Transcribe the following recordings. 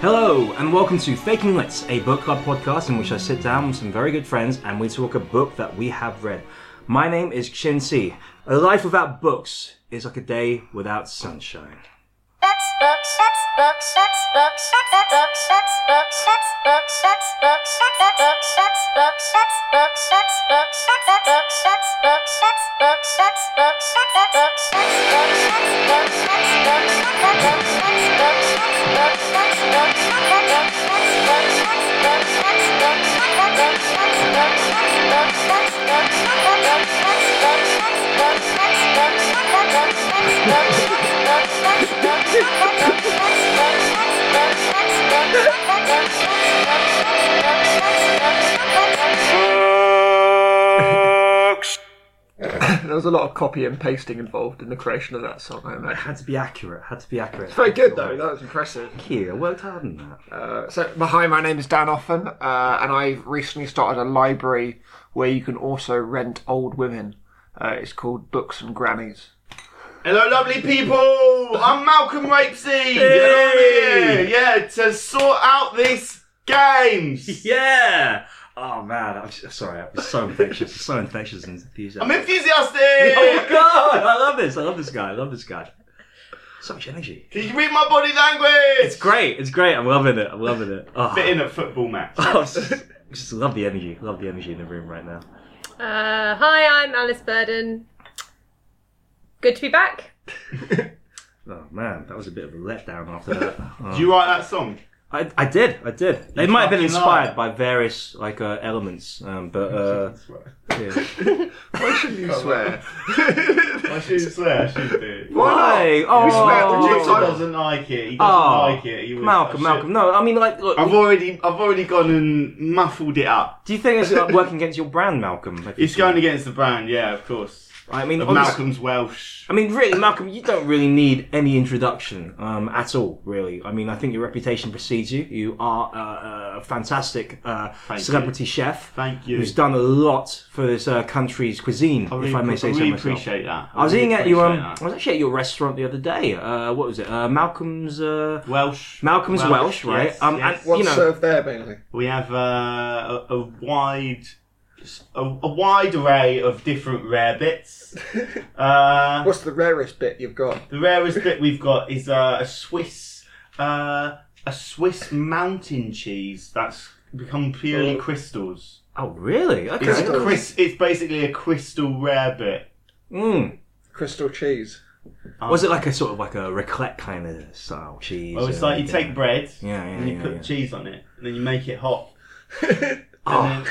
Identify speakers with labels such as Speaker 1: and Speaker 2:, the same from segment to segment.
Speaker 1: Hello, and welcome to Faking Lit, a book club podcast in which I sit down with some very good friends and we talk a book that we have read. My name is Chin Si. A life without books is like a day without sunshine.
Speaker 2: Books, books, books, books, books, books, books, books, books, books, books, books, books, books, books, books, books, books, books, books, books, books, books, books, books, books,
Speaker 3: There was a lot of copy and pasting involved in the creation of that song, I imagine.
Speaker 1: Had to be accurate, had to be accurate.
Speaker 3: It's very good though. That was impressive.
Speaker 1: Thank you, I worked hard on that.
Speaker 3: Uh, so, my- hi, my name is Dan Offen, uh, and I've recently started a library where you can also rent old women. Uh, it's called Books and Grannies.
Speaker 4: Hello, lovely people. I'm Malcolm Rapesy.
Speaker 1: Hey.
Speaker 4: Yeah, to sort out these games.
Speaker 1: Yeah! Oh man, I'm s- sorry, I'm so infectious, so infectious and
Speaker 4: I'm
Speaker 1: enthusiastic. Oh my
Speaker 4: enthusiastic.
Speaker 1: god, I love this, I love this guy, I love this guy. So much energy.
Speaker 4: Can you read my body language?
Speaker 1: It's great, it's great, I'm loving it, I'm loving it. Oh.
Speaker 4: Fit in a football match.
Speaker 1: Oh, s- just love the energy. Love the energy in the room right now.
Speaker 5: Uh, hi, I'm Alice Burden. Good to be back.
Speaker 1: Oh man, that was a bit of a letdown after that. Oh.
Speaker 4: Did you write that song?
Speaker 1: I, I did, I did. They might have been
Speaker 4: fucking
Speaker 1: inspired by
Speaker 4: liar.
Speaker 1: various like uh, elements, um, but uh, yeah.
Speaker 3: Why should you swear?
Speaker 4: I should swear. I should do. it.
Speaker 1: why? Oh,
Speaker 3: We swear all the
Speaker 4: Producer
Speaker 3: time.
Speaker 4: doesn't like it. He doesn't
Speaker 1: Oh.
Speaker 4: like it. He was- I
Speaker 1: Malcolm,
Speaker 4: should-
Speaker 1: Malcolm. No, I mean like, look,
Speaker 4: I've already, I've already gone and muffled it up.
Speaker 1: do you think it's like, working against your brand, Malcolm? If you
Speaker 4: It's
Speaker 1: see-
Speaker 4: going against the brand, yeah, of course.
Speaker 1: I mean,
Speaker 4: Of
Speaker 1: honest-
Speaker 4: Malcolm's Welsh.
Speaker 1: I mean, really, Malcolm, you don't really need any introduction um, at all, really. I mean, I think your reputation precedes you. You are uh, a fantastic uh,
Speaker 4: Thank
Speaker 1: celebrity chef.
Speaker 4: Thank you.
Speaker 1: Who's done a lot for this uh, country's cuisine,
Speaker 4: I really,
Speaker 1: if Oh, I may say
Speaker 4: I
Speaker 1: so
Speaker 4: really
Speaker 1: myself.
Speaker 4: appreciate that.
Speaker 1: I was
Speaker 4: really
Speaker 1: eating at your um,
Speaker 4: appreciate that.
Speaker 1: I was actually at your restaurant the other day. Uh, what was it? Uh, Malcolm's uh,
Speaker 4: Welsh.
Speaker 1: Malcolm's Welsh, right?
Speaker 4: yes,
Speaker 1: Um,
Speaker 4: yes.
Speaker 1: and-
Speaker 3: What's
Speaker 1: You know-
Speaker 3: served there, mainly?
Speaker 4: we have uh, a, a wide, a, a wide array of different rare bits. Uh,
Speaker 3: What's the rarest bit you've got?
Speaker 4: the rarest bit we've got is uh, a Swiss, uh, a Swiss mountain cheese that's become purely
Speaker 3: Oh.
Speaker 4: crystals.
Speaker 1: Oh, really? Okay.
Speaker 4: It's, a
Speaker 3: Crystals.
Speaker 4: cris- it's basically a crystal rare bit.
Speaker 1: Mm.
Speaker 3: Crystal cheese.
Speaker 4: Um,
Speaker 1: Was it like a sort of like a raclette kind of style cheese?
Speaker 4: Well, Oh, it's
Speaker 1: uh,
Speaker 4: like you
Speaker 1: yeah.
Speaker 4: take bread
Speaker 1: Yeah, yeah,
Speaker 4: and you
Speaker 1: yeah,
Speaker 4: put
Speaker 1: yeah.
Speaker 4: cheese on it, and then you make it hot.
Speaker 1: Oh.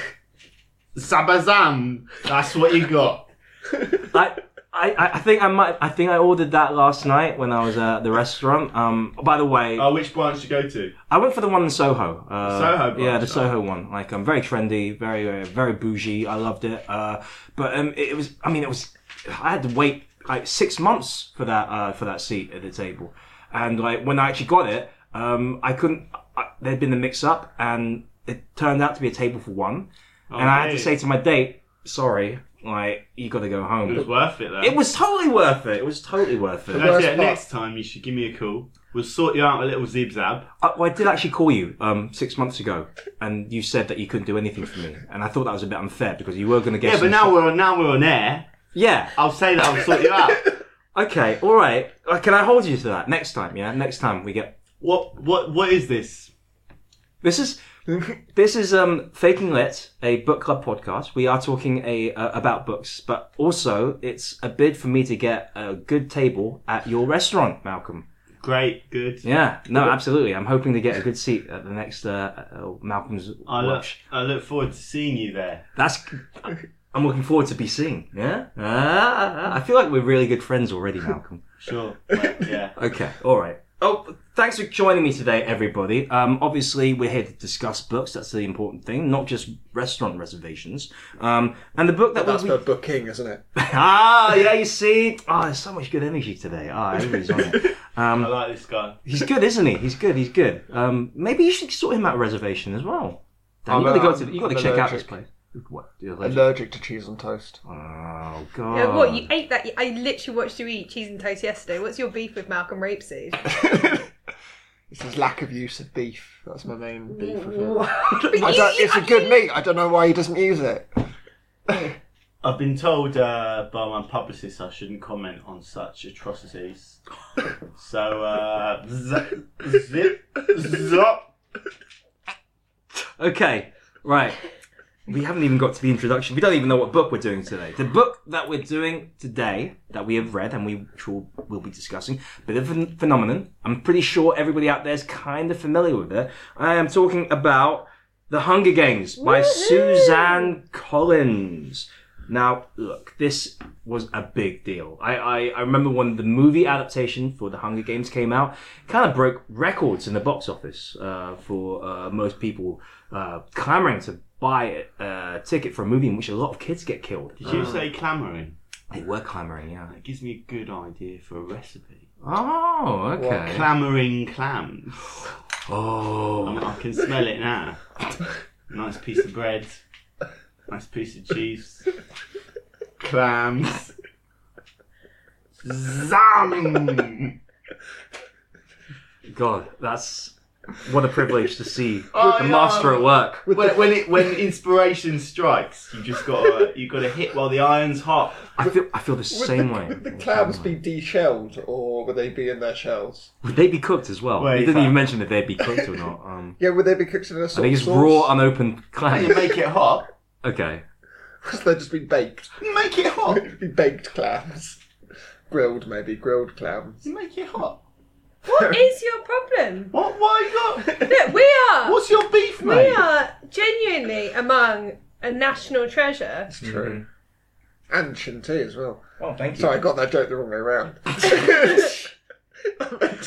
Speaker 4: Sabazam. That's what you got.
Speaker 1: I, I, I think I might. I think I ordered that last night when I was at the restaurant. Um, by the way,
Speaker 4: Uh, which branch you go to?
Speaker 1: I went for the one in Soho. Uh,
Speaker 4: Soho
Speaker 1: yeah, the
Speaker 4: branch, oh.
Speaker 1: Soho one. Like, um, very trendy, very, very, uh, very bougie. I loved it. Uh, but um, it, it was. I mean, it was. I had to wait like six months for that uh, for that seat at the table, and like when I actually got it, um, I couldn't. I, there'd been a mix up, and it turned out to be a table for one, and I had to
Speaker 4: mate.
Speaker 1: say to my date, "Sorry, like you got to go home."
Speaker 4: It was worth it though.
Speaker 1: It was totally worth it. It was totally worth it.
Speaker 4: That's
Speaker 3: worst
Speaker 4: it.
Speaker 3: part.
Speaker 4: Next time you should give me a call. We'll sort you out a little zib zab.
Speaker 1: I, well, I did actually call you um, six months ago, and you said that you couldn't do anything for me, and I thought that was a bit unfair because you were going to get.
Speaker 4: Yeah, but
Speaker 1: some
Speaker 4: now
Speaker 1: sort-
Speaker 4: we're on, now we're on air.
Speaker 1: yeah.
Speaker 4: I'll say that I'll sort you out.
Speaker 1: Okay. All right. Uh, Can I hold you to that next time? Yeah. Next time we get.
Speaker 4: What what what is this?
Speaker 1: This is. This is um, Faking Lit, a book club podcast. We are talking a uh, about books, but also it's a bid for me to get a good table at your restaurant, Malcolm.
Speaker 4: Great, good.
Speaker 1: Yeah, no, absolutely. I'm hoping to get a good seat at the next uh, uh, Malcolm's
Speaker 4: I look
Speaker 1: lunch.
Speaker 4: I look forward to seeing you there.
Speaker 1: That's. I'm looking forward to be seen. Yeah. Ah, I feel like we're really good friends already, Malcolm.
Speaker 4: Sure. Right, yeah.
Speaker 1: okay. All right. Oh, thanks for joining me today, everybody. Um, obviously, we're here to discuss books. That's the important thing, not just restaurant reservations. Um, and the book that
Speaker 3: That's
Speaker 1: we
Speaker 3: for booking, isn't it?
Speaker 1: ah yeah, you see, ah, there's so much good energy today. Ah, everybody's on it.
Speaker 4: I like this guy.
Speaker 1: He's good, isn't he? He's good. He's good. Um, maybe you should sort him out a reservation as well. Dan,
Speaker 3: I'm,
Speaker 1: you got to go
Speaker 3: uh,
Speaker 1: to. You got
Speaker 3: I'm
Speaker 1: to check out
Speaker 3: allergic.
Speaker 1: this place. What? You're
Speaker 6: uh,
Speaker 1: allergic?
Speaker 3: Allergic to cheese and toast.
Speaker 1: Oh god.
Speaker 5: Yeah, Uh, what you ate that? I literally watched you eat cheese and toast yesterday. What's your beef with Malcolm Rapesy?
Speaker 3: It's his lack of use of beef. That's my main beef with him.
Speaker 5: But
Speaker 3: I
Speaker 5: you-
Speaker 3: don't, it's a good meat. I don't know why he doesn't use it.
Speaker 4: I've been told uh, by my publicist I shouldn't comment on such atrocities. so, uh, z- zip, zop.
Speaker 1: Okay, right. We haven't even got to the introduction. We don't even know what book we're doing today. The book that we're doing today, that we have read and we sure will be discussing, bit of a phenomenon. I'm pretty sure everybody out there is kind of familiar with it. I am talking about The Hunger Games by
Speaker 5: Woohoo!
Speaker 1: Suzanne Collins. Now, look, this was a big deal. I, I, I remember when the movie adaptation for The Hunger Games came out, kind of broke records in the box office uh, for uh, most people uh, clamoring to buy a a ticket for a movie in which a lot of kids get killed.
Speaker 4: Did you say clamouring?
Speaker 1: They were clamoring, yeah.
Speaker 4: That gives me a good idea for a recipe.
Speaker 1: Oh, okay.
Speaker 4: Clamouring clams. I, mean,
Speaker 1: oh,
Speaker 4: I can smell it now. Nice piece of bread. Nice piece of cheese. Clams. Zam!
Speaker 1: God, that's what a privilege to see
Speaker 4: Oh,
Speaker 1: the
Speaker 4: yeah.
Speaker 1: master at work.
Speaker 4: When, when it when inspiration strikes, you just gotta you gotta hit while the iron's hot.
Speaker 1: I feel, I feel the same way.
Speaker 6: Would the clams be deshelled or would they be in their shells?
Speaker 1: Would they be cooked as well?
Speaker 4: Wait,
Speaker 1: you didn't
Speaker 4: fuck.
Speaker 1: even mention if they'd be cooked or not. Um,
Speaker 6: Yeah, would they be cooked in a
Speaker 1: I
Speaker 6: sort
Speaker 1: think
Speaker 6: of
Speaker 1: it's
Speaker 6: sauce?
Speaker 1: raw, unopened
Speaker 4: You
Speaker 1: clams.
Speaker 4: make it hot.
Speaker 1: okay.
Speaker 6: They'd just be baked.
Speaker 4: Make it hot.
Speaker 6: It'd be baked clams. Grilled, maybe. Grilled clams.
Speaker 4: Make it hot.
Speaker 5: What is your problem?
Speaker 4: What? Why you got?
Speaker 5: Look, we are
Speaker 4: What's your beef,
Speaker 5: we
Speaker 4: mate?
Speaker 5: are genuinely among a national treasure.
Speaker 6: It's true. And shin tea as well.
Speaker 1: Well, thank
Speaker 6: Sorry, I got that joke the wrong way around.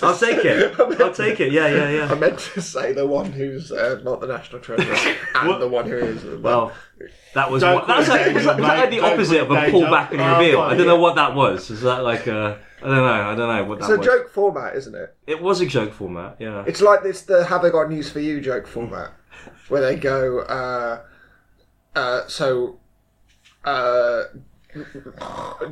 Speaker 1: I'll take it. I'll take it. Yeah, yeah,
Speaker 6: I
Speaker 1: yeah.
Speaker 6: meant to say the one who's uh, not the national treasure and
Speaker 4: What?
Speaker 6: the one who is.
Speaker 1: Well, that was
Speaker 4: Don't
Speaker 1: what, that was
Speaker 4: quit
Speaker 1: like, was that, was that like
Speaker 4: Daniel,
Speaker 1: the
Speaker 4: mate.
Speaker 1: opposite
Speaker 4: Don't
Speaker 1: of a
Speaker 4: quit
Speaker 1: pullback and
Speaker 4: Daniel.
Speaker 1: reveal. I don't know
Speaker 4: Oh,
Speaker 1: what that was. Is that like a? I don't know. I don't know what that
Speaker 6: it's a
Speaker 1: was.
Speaker 6: joke format, isn't it?
Speaker 1: It was a joke format. Yeah.
Speaker 6: It's like this the Have I Got News for You joke format, where they go, uh, uh, so. Uh, I've got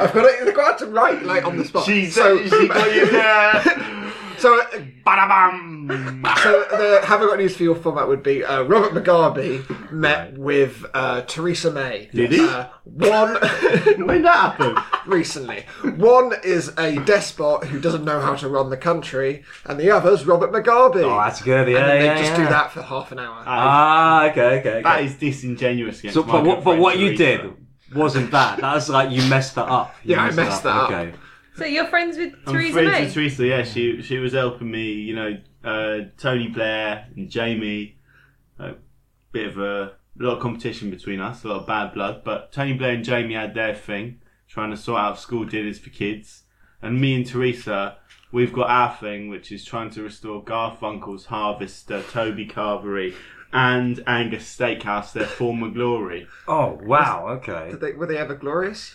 Speaker 6: it. I've got to write like on the spot.
Speaker 4: She
Speaker 6: so,
Speaker 4: said she got you there.
Speaker 6: so, uh,
Speaker 4: Bada bam.
Speaker 6: so the Have I Got News for You format would be uh, Robert Mugabe met
Speaker 1: Right.
Speaker 6: with uh, Theresa May.
Speaker 4: Did he?
Speaker 6: Uh, one.
Speaker 4: When that happened?
Speaker 6: recently. One is a despot who doesn't know how to run the country, and the other's Robert Mugabe.
Speaker 1: Oh, that's good. Yeah,
Speaker 6: and then they
Speaker 1: yeah,
Speaker 6: just
Speaker 1: yeah.
Speaker 6: do that for half an hour.
Speaker 1: Ah, okay, okay. okay.
Speaker 4: That is disingenuous against
Speaker 1: so, but
Speaker 4: my good
Speaker 1: what, but
Speaker 4: friend
Speaker 1: what you
Speaker 4: Teresa.
Speaker 1: did wasn't bad. That was like you messed that up. You
Speaker 6: Yeah, I messed that up.
Speaker 1: Okay.
Speaker 5: So you're friends with
Speaker 4: I'm
Speaker 5: Theresa
Speaker 4: friends
Speaker 5: May.
Speaker 4: with Teresa, yeah, she she was helping me, you know, uh, Tony Blair and Jamie. A bit of a, lot of competition between us, a lot of bad blood. But Tony Blair and Jamie had their thing, trying to sort out school dinners for kids. And me and Teresa, we've got our thing, which is trying to restore Garfunkel's Harvester, Toby Carvery, and Angus Steakhouse, their former glory.
Speaker 1: Oh wow. Okay.
Speaker 6: Did they, were they ever glorious?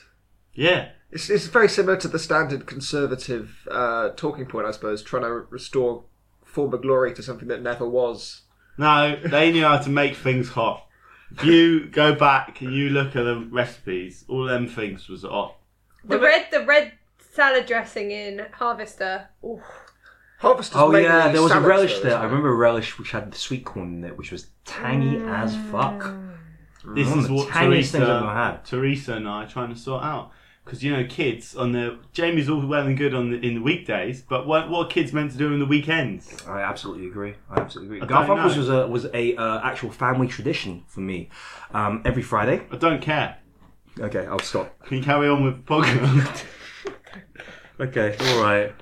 Speaker 4: Yeah.
Speaker 6: It's, it's very similar to the standard conservative uh, talking point, I suppose, trying to restore former glory to something that never was.
Speaker 4: No, they knew how to make things hot. If you go back and you look at the recipes, all them things was hot.
Speaker 5: The red the red salad dressing in Harvester. Ooh.
Speaker 6: Harvesters.
Speaker 1: Oh
Speaker 6: mainly
Speaker 1: yeah, there was a
Speaker 6: salad
Speaker 1: relish
Speaker 6: though,
Speaker 1: there.
Speaker 6: isn't
Speaker 1: I
Speaker 6: it?
Speaker 1: remember a relish which had sweet corn in it, which was tangy
Speaker 4: Mm.
Speaker 1: as fuck.
Speaker 4: This
Speaker 1: One of
Speaker 4: is
Speaker 1: the
Speaker 4: what
Speaker 1: tangiest things I've ever
Speaker 4: Teresa,
Speaker 1: had.
Speaker 4: Teresa and I are trying to sort out. Because, you know, kids on the. Jamie's all well and good on the, in the weekdays, but what, what are kids meant to do on the weekends?
Speaker 1: I absolutely agree. I absolutely agree.
Speaker 4: I don't
Speaker 1: Garfunkel's
Speaker 4: know.
Speaker 1: was a was a uh, actual family tradition for me. Um, every Friday.
Speaker 4: I don't care.
Speaker 1: Okay, I'll stop.
Speaker 4: Can you carry on with Pogba?
Speaker 1: Okay, all right.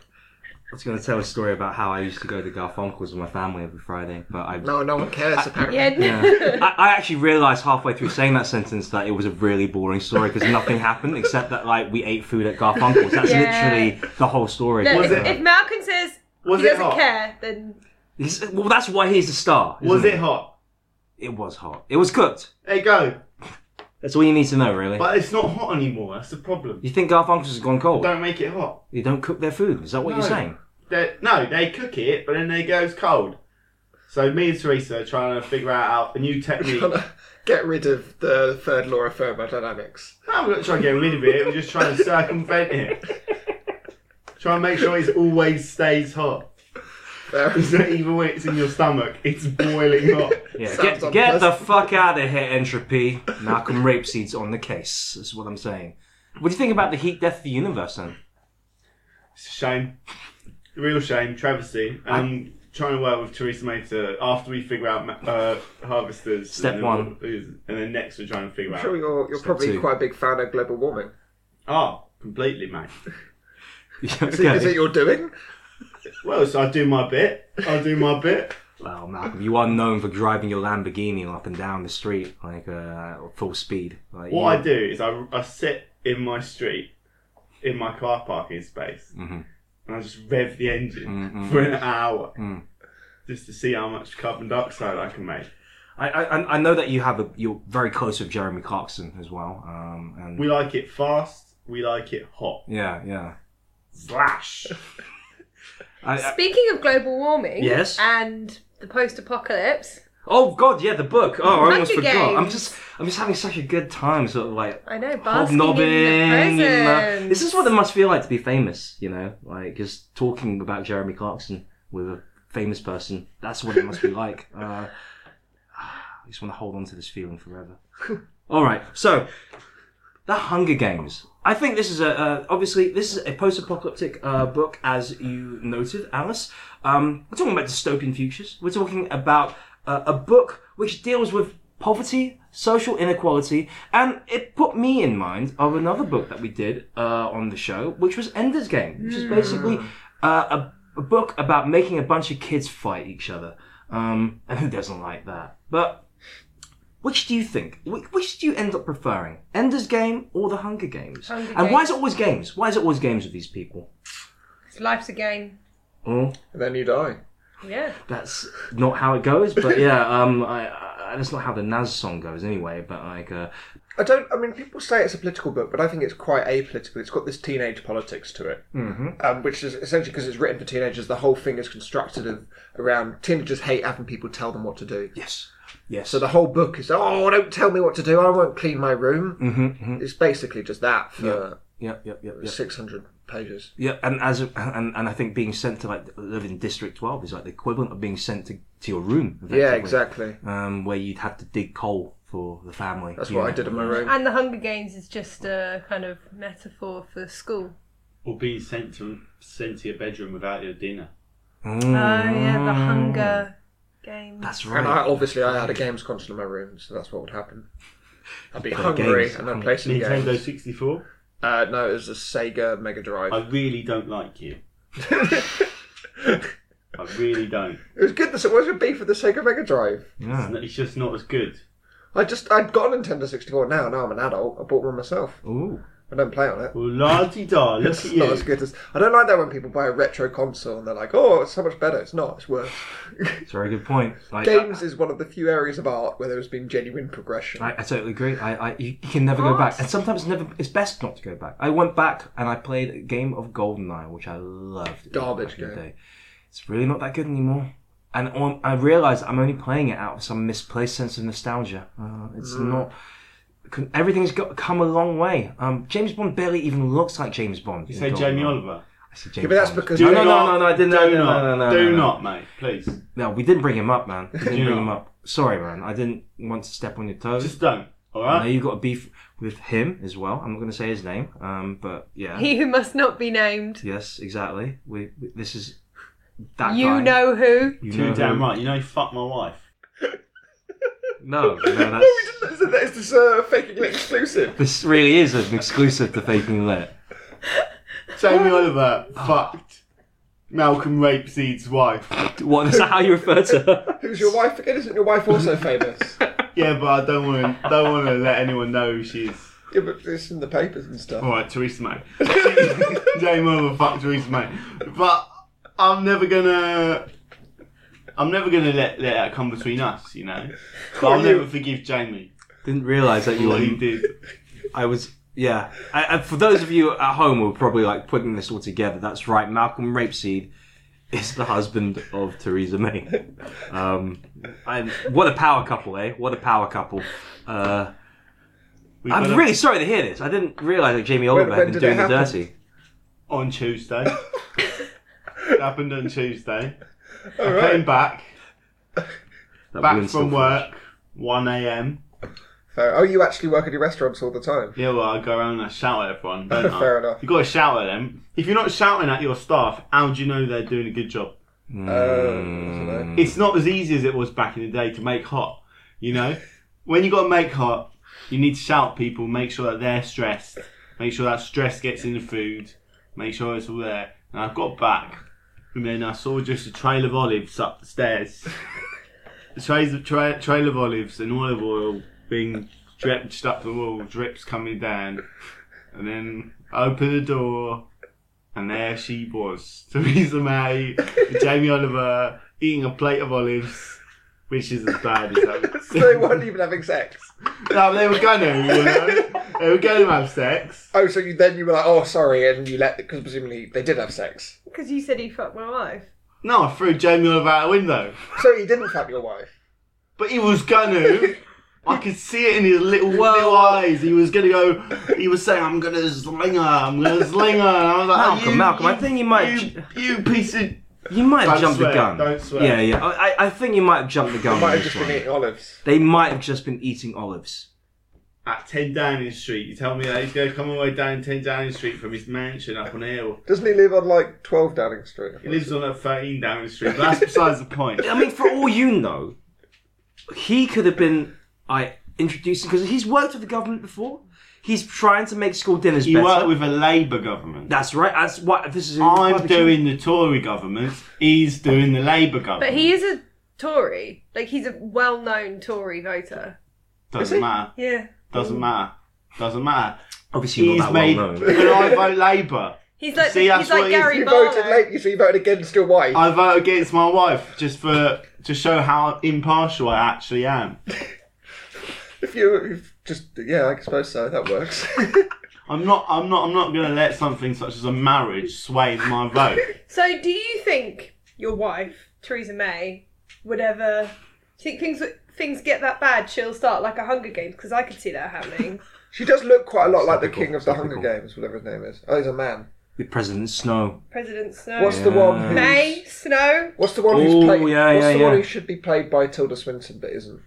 Speaker 1: I was going to tell a story about how I used to go to Garfunkel's with my family every Friday, but I
Speaker 6: No, no one
Speaker 1: Ah,
Speaker 6: cares apparently.
Speaker 5: Yeah.
Speaker 1: Yeah. I, I actually realised halfway through saying that sentence that it was a really boring story because nothing happened except that like we ate food at Garfunkel's. That's
Speaker 5: Yeah.
Speaker 1: literally the whole story.
Speaker 5: Look,
Speaker 4: Was
Speaker 5: if,
Speaker 4: it-
Speaker 5: if Malcolm says
Speaker 4: Was
Speaker 5: he
Speaker 4: it
Speaker 5: doesn't
Speaker 4: hot?
Speaker 5: care, then
Speaker 1: He's- well, that's why he's the star. isn't
Speaker 4: Was it hot?
Speaker 1: It was hot. It was cooked.
Speaker 4: There you go.
Speaker 1: That's all you need to know, really.
Speaker 4: But it's not hot anymore. That's the problem.
Speaker 1: you think Garfunkel's has gone cold?
Speaker 4: Don't make it hot.
Speaker 1: They don't cook their food. Is that what
Speaker 4: No.
Speaker 1: you're saying?
Speaker 4: they no, they cook it, but then they goes cold. So me and Teresa are trying to figure out a new technique. no,
Speaker 6: Get rid of the third law of thermodynamics.
Speaker 4: we're not trying to get rid of it. We're just trying to circumvent it. Try and make sure it always stays hot. So even when it's in your stomach, it's boiling hot.
Speaker 1: Yeah,
Speaker 6: Sounds
Speaker 1: get, get the
Speaker 6: unpleasant.
Speaker 1: fuck out of here, entropy. Malcolm Rapeseed's on the case. Is what I'm saying. What do you think about the heat death of the universe then?
Speaker 4: It's a shame. Real shame, travesty. And I'm trying to work with Theresa May to, after we figure out ma- uh, harvesters.
Speaker 1: Step
Speaker 4: and then
Speaker 1: one.
Speaker 4: we'll- And then next we're trying to figure
Speaker 6: I'm sure
Speaker 4: out.
Speaker 6: you're, you're
Speaker 1: Step
Speaker 6: probably
Speaker 1: two.
Speaker 6: quite a big fan of global warming.
Speaker 4: Oh, completely, mate.
Speaker 6: Is it, is it you're doing?
Speaker 4: Well, so I do my bit. I do my bit.
Speaker 1: Well, Malcolm, you are known for driving your Lamborghini up and down the street like uh, full speed. Like,
Speaker 4: What
Speaker 1: you-
Speaker 4: I do is I, I sit in my street, in my car parking space,
Speaker 6: Mm-hmm.
Speaker 4: and I just rev the engine for an hour
Speaker 6: Mm.
Speaker 4: just to see how much carbon dioxide I can make.
Speaker 1: I, I, I know that you have a, you're very close with Jeremy Clarkson as well. Um, and
Speaker 4: We like it fast. We like it hot.
Speaker 1: yeah, yeah.
Speaker 4: Slash.
Speaker 1: I, I-
Speaker 5: Speaking of global warming
Speaker 1: Yes.
Speaker 5: and the post apocalypse,
Speaker 1: oh God, yeah, the book. Oh, I
Speaker 5: Hunger
Speaker 1: almost forgot. I'm
Speaker 5: Games.
Speaker 1: just I'm just having such a good time, sort of like
Speaker 5: I know, basking in
Speaker 1: hobnobbing.
Speaker 5: the
Speaker 1: and, uh,
Speaker 5: present.
Speaker 1: This is what it must feel like to be famous, you know, like just talking about Jeremy Clarkson with a famous person. That's what it must be like. Uh, I just want to hold on to this feeling forever. All right, so the Hunger Games. I think this is a uh, obviously this is a post-apocalyptic uh, book, as you noted, Alice. Um, we're talking about dystopian futures. We're talking about uh, a book which deals with poverty, social inequality, and it put me in mind of another book that we did uh, on the show, which was Ender's Game, which is basically uh, a, a book about making a bunch of kids fight each other. Um, and who doesn't like that? But which do you think? Which, which do you end up preferring? Ender's Game or The Hunger Games?
Speaker 5: Hunger
Speaker 1: and why is
Speaker 5: Games.
Speaker 1: it always games? Why is it always games with these people?
Speaker 5: Life's a game.
Speaker 1: Oh,
Speaker 6: And then you die.
Speaker 5: Yeah.
Speaker 1: that's not how it goes. But yeah, um, I, I, that's not how the Nas song goes anyway. But like, uh,
Speaker 6: I don't. I mean, people say it's a political book, but I think it's quite apolitical. It's got this teenage politics to it, mm-hmm. um, which is essentially because it's written for teenagers. The whole thing is constructed of, around teenagers hate having people tell them what to do.
Speaker 1: yes, yes.
Speaker 6: So the whole book is, oh, don't tell me what to do. I won't clean my room.
Speaker 1: Mhm, mhm.
Speaker 6: It's basically just that for
Speaker 1: Yep, yep, yep, yep.
Speaker 6: six hundred pages.
Speaker 1: Yeah, and as and, and I think being sent to like live in District Twelve is like the equivalent of being sent to, to your room.
Speaker 6: Yeah,
Speaker 1: effectively.
Speaker 6: exactly.
Speaker 1: Um, where you'd have to dig coal for the family.
Speaker 6: That's
Speaker 1: you
Speaker 6: what I
Speaker 1: know.
Speaker 6: did in my room.
Speaker 5: And the Hunger Games is just a kind of metaphor for school.
Speaker 4: or being sent to sent to your bedroom without your dinner.
Speaker 5: Oh yeah, the Hunger Games.
Speaker 1: Mm. That's right.
Speaker 6: And I, obviously, I had a games console in my room, so that's what would happen. I'd be hungry
Speaker 1: games.
Speaker 6: and then play some
Speaker 4: Nintendo
Speaker 6: games.
Speaker 4: 64.
Speaker 6: Uh, no, it was a Sega Mega Drive.
Speaker 4: I really don't like you. I really don't.
Speaker 6: It was good. This it was a beef with the Sega Mega Drive.
Speaker 1: Yeah.
Speaker 4: It's just not as good.
Speaker 6: I just I'd got a Nintendo 64 now. Now I'm an adult. I bought one myself.
Speaker 1: Ooh.
Speaker 6: I don't play on it.
Speaker 4: Well, la di da. Look
Speaker 6: It's
Speaker 4: at
Speaker 6: not as
Speaker 4: you.
Speaker 6: good as I don't like that when people buy a retro console and they're like, "Oh, it's so much better." It's not. It's worse.
Speaker 1: It's a very good point. Like,
Speaker 6: Games is one of the few areas of art where there has been genuine progression.
Speaker 1: I, I totally agree. I, I you, you can never go back, and sometimes it's never it's best not to go back. I went back and I played a game of Goldeneye, which I loved.
Speaker 6: Garbage
Speaker 1: back in the
Speaker 6: game.
Speaker 1: day. It's really not that good anymore, and on, I realized I'm only playing it out of some misplaced sense of nostalgia. Uh, it's
Speaker 6: Mm.
Speaker 1: not. con- Everything's got come a long way. Um, James Bond barely even looks like James Bond.
Speaker 4: You say Jamie Oliver.
Speaker 1: I said
Speaker 6: yeah,
Speaker 1: James
Speaker 6: but that's
Speaker 1: Bond.
Speaker 6: because
Speaker 1: No,
Speaker 4: Do
Speaker 1: no,
Speaker 4: not-
Speaker 1: no, no, I didn't-
Speaker 4: Do
Speaker 1: no, no,
Speaker 4: not.
Speaker 1: no, no,
Speaker 4: do
Speaker 1: no.
Speaker 4: not, mate. Please,
Speaker 1: No, we didn't bring him up, man. We didn't
Speaker 4: You
Speaker 1: bring
Speaker 4: know.
Speaker 1: him up. Sorry, man. I didn't want to step on your toes.
Speaker 4: just don't. All
Speaker 1: I know
Speaker 4: right.
Speaker 1: you got a beef with him as well. I'm not going to say his name, um, but yeah,
Speaker 5: He who must not be named.
Speaker 1: yes, exactly. We, we- this is that
Speaker 5: You
Speaker 1: guy.
Speaker 5: know who.
Speaker 1: you
Speaker 4: Too
Speaker 1: know
Speaker 4: damn
Speaker 1: who-
Speaker 4: right. You know, you fuck my wife.
Speaker 1: No, no,
Speaker 6: no, we
Speaker 1: that's
Speaker 6: didn't listen. That is just uh, faking it exclusive.
Speaker 1: this really is an exclusive to faking lit.
Speaker 4: Jamie Oliver fucked Malcolm Rapeseed's wife.
Speaker 1: What is that? How you refer to her?
Speaker 6: Who's your wife again? Isn't your wife also famous? yeah,
Speaker 4: Yeah, but I don't want to. Don't want to let anyone know who she is.
Speaker 6: but it's in the papers and stuff.
Speaker 4: All right, Theresa May. Jamie Oliver fucked Theresa May. But I'm never gonna. I'm never gonna let let that come between us, you know. But I'll never forgive Jamie
Speaker 1: Didn't realize that you
Speaker 4: what he
Speaker 1: were.
Speaker 4: did.
Speaker 1: I was. Yeah, I, I, for those of you at home who are probably like putting this all together, that's right. Malcolm Rapeseed is the husband of Theresa May. Um, I'm, what a power couple, eh? What a power couple. Uh,
Speaker 4: We got
Speaker 1: I'm
Speaker 4: a-
Speaker 1: really sorry to hear this. I didn't realise that Jamie Oliver
Speaker 6: when
Speaker 1: had been
Speaker 6: did it
Speaker 1: doing the
Speaker 6: happen?
Speaker 1: dirty.
Speaker 4: on Tuesday. It happened on Tuesday. I came back,
Speaker 1: That
Speaker 4: back
Speaker 1: balloon's
Speaker 4: from
Speaker 1: still
Speaker 4: work, 1 a.m.
Speaker 6: Fair- oh, you actually work at your restaurants all the time.
Speaker 4: Yeah, well, I go around and I shout at everyone, don't I?
Speaker 6: Fair enough.
Speaker 4: you got to shout at them. If you're not shouting at your staff, how do you know they're doing a good job?
Speaker 1: Mm.
Speaker 6: Uh,
Speaker 4: It's not as easy as it was back in the day to make hot, you know? when you got to make hot, you need to shout at people, make sure that they're stressed, make sure that stress gets in the food, make sure it's all there. And I got back, and then I saw just a trail of olives up the stairs. the trays of tra- trail of olives and olive oil being drenched up the wall, drips coming down. And then I opened the door, and there she was. Theresa May, Jamie Oliver, eating a plate of olives, which is as bad as that.
Speaker 6: so they weren't even having sex.
Speaker 4: No, they were gonna, you know. they were gonna have sex.
Speaker 6: Oh, so you then you were like, oh, sorry, and you let because presumably they did have sex.
Speaker 5: Because you said you fucked my wife.
Speaker 4: No, I threw Jamie Oliver out the window.
Speaker 6: So you didn't fuck your wife.
Speaker 4: But he was gonna. I could see it in his little, little eyes. He was gonna go. He was saying, "I'm gonna sling her. I'm gonna sling her." And I was like,
Speaker 1: Malcolm,
Speaker 4: you,
Speaker 1: Malcolm,
Speaker 4: you,
Speaker 1: I think you might-
Speaker 4: You, you piece of.
Speaker 1: You might have
Speaker 4: Don't
Speaker 1: jumped
Speaker 4: swear,
Speaker 1: the gun.
Speaker 4: don't swear.
Speaker 1: Yeah, yeah. I, I- I think you might have jumped the gun.
Speaker 6: Might
Speaker 1: on
Speaker 6: have
Speaker 1: this
Speaker 6: just been
Speaker 1: one.
Speaker 6: eating olives.
Speaker 1: They might have just been eating olives.
Speaker 4: At 10 Downing Street, you tell me that he's going to come all the way down 10 Downing Street from his mansion up on a hill.
Speaker 6: Doesn't he live on like 12 Downing Street?
Speaker 4: He lives on a 13 Downing Street, but that's besides the point.
Speaker 1: I mean, for all you know, he could have been I introducing because he's worked with the government before. He's trying to make school dinners
Speaker 4: He
Speaker 1: better.
Speaker 4: worked with a Labour government.
Speaker 1: That's right. That's what this is.
Speaker 4: I'm doing the Tory government. He's doing the Labour government.
Speaker 5: But he is a Tory. Like, he's a well known Tory voter.
Speaker 4: doesn't matter.
Speaker 5: Yeah.
Speaker 4: Doesn't matter. Doesn't matter.
Speaker 1: Obviously, you're
Speaker 4: he's
Speaker 1: not that
Speaker 4: made.
Speaker 1: well known.
Speaker 4: and I vote Labour.
Speaker 5: He's like,
Speaker 4: See,
Speaker 5: he's
Speaker 4: that's
Speaker 5: like
Speaker 4: what he is.
Speaker 5: Gary
Speaker 6: You
Speaker 5: Barlow.
Speaker 6: voted late, so you voted against your wife.
Speaker 4: I vote against my wife just for to show how impartial I actually am.
Speaker 6: If you if just, yeah, I suppose so, that works.
Speaker 4: I'm not. I'm not. I'm not going to let something such as a marriage sway my vote.
Speaker 5: So, do you think your wife, Theresa May, would ever? Do you think things things get that bad? She'll start like a Hunger Games because I could see that happening.
Speaker 6: she does look quite a lot like the
Speaker 1: Typical,
Speaker 6: king of the
Speaker 1: typical.
Speaker 6: Hunger Games, whatever his name is. Oh, he's a man.
Speaker 1: The President Snow.
Speaker 5: President Snow,
Speaker 6: What's the one
Speaker 1: Yeah.
Speaker 6: who's,
Speaker 5: May Snow.
Speaker 6: What's the one who's
Speaker 1: Ooh,
Speaker 6: played?
Speaker 1: yeah,
Speaker 6: what's
Speaker 1: yeah,
Speaker 6: the one
Speaker 1: yeah.
Speaker 6: who should be played by Tilda Swinton but isn't?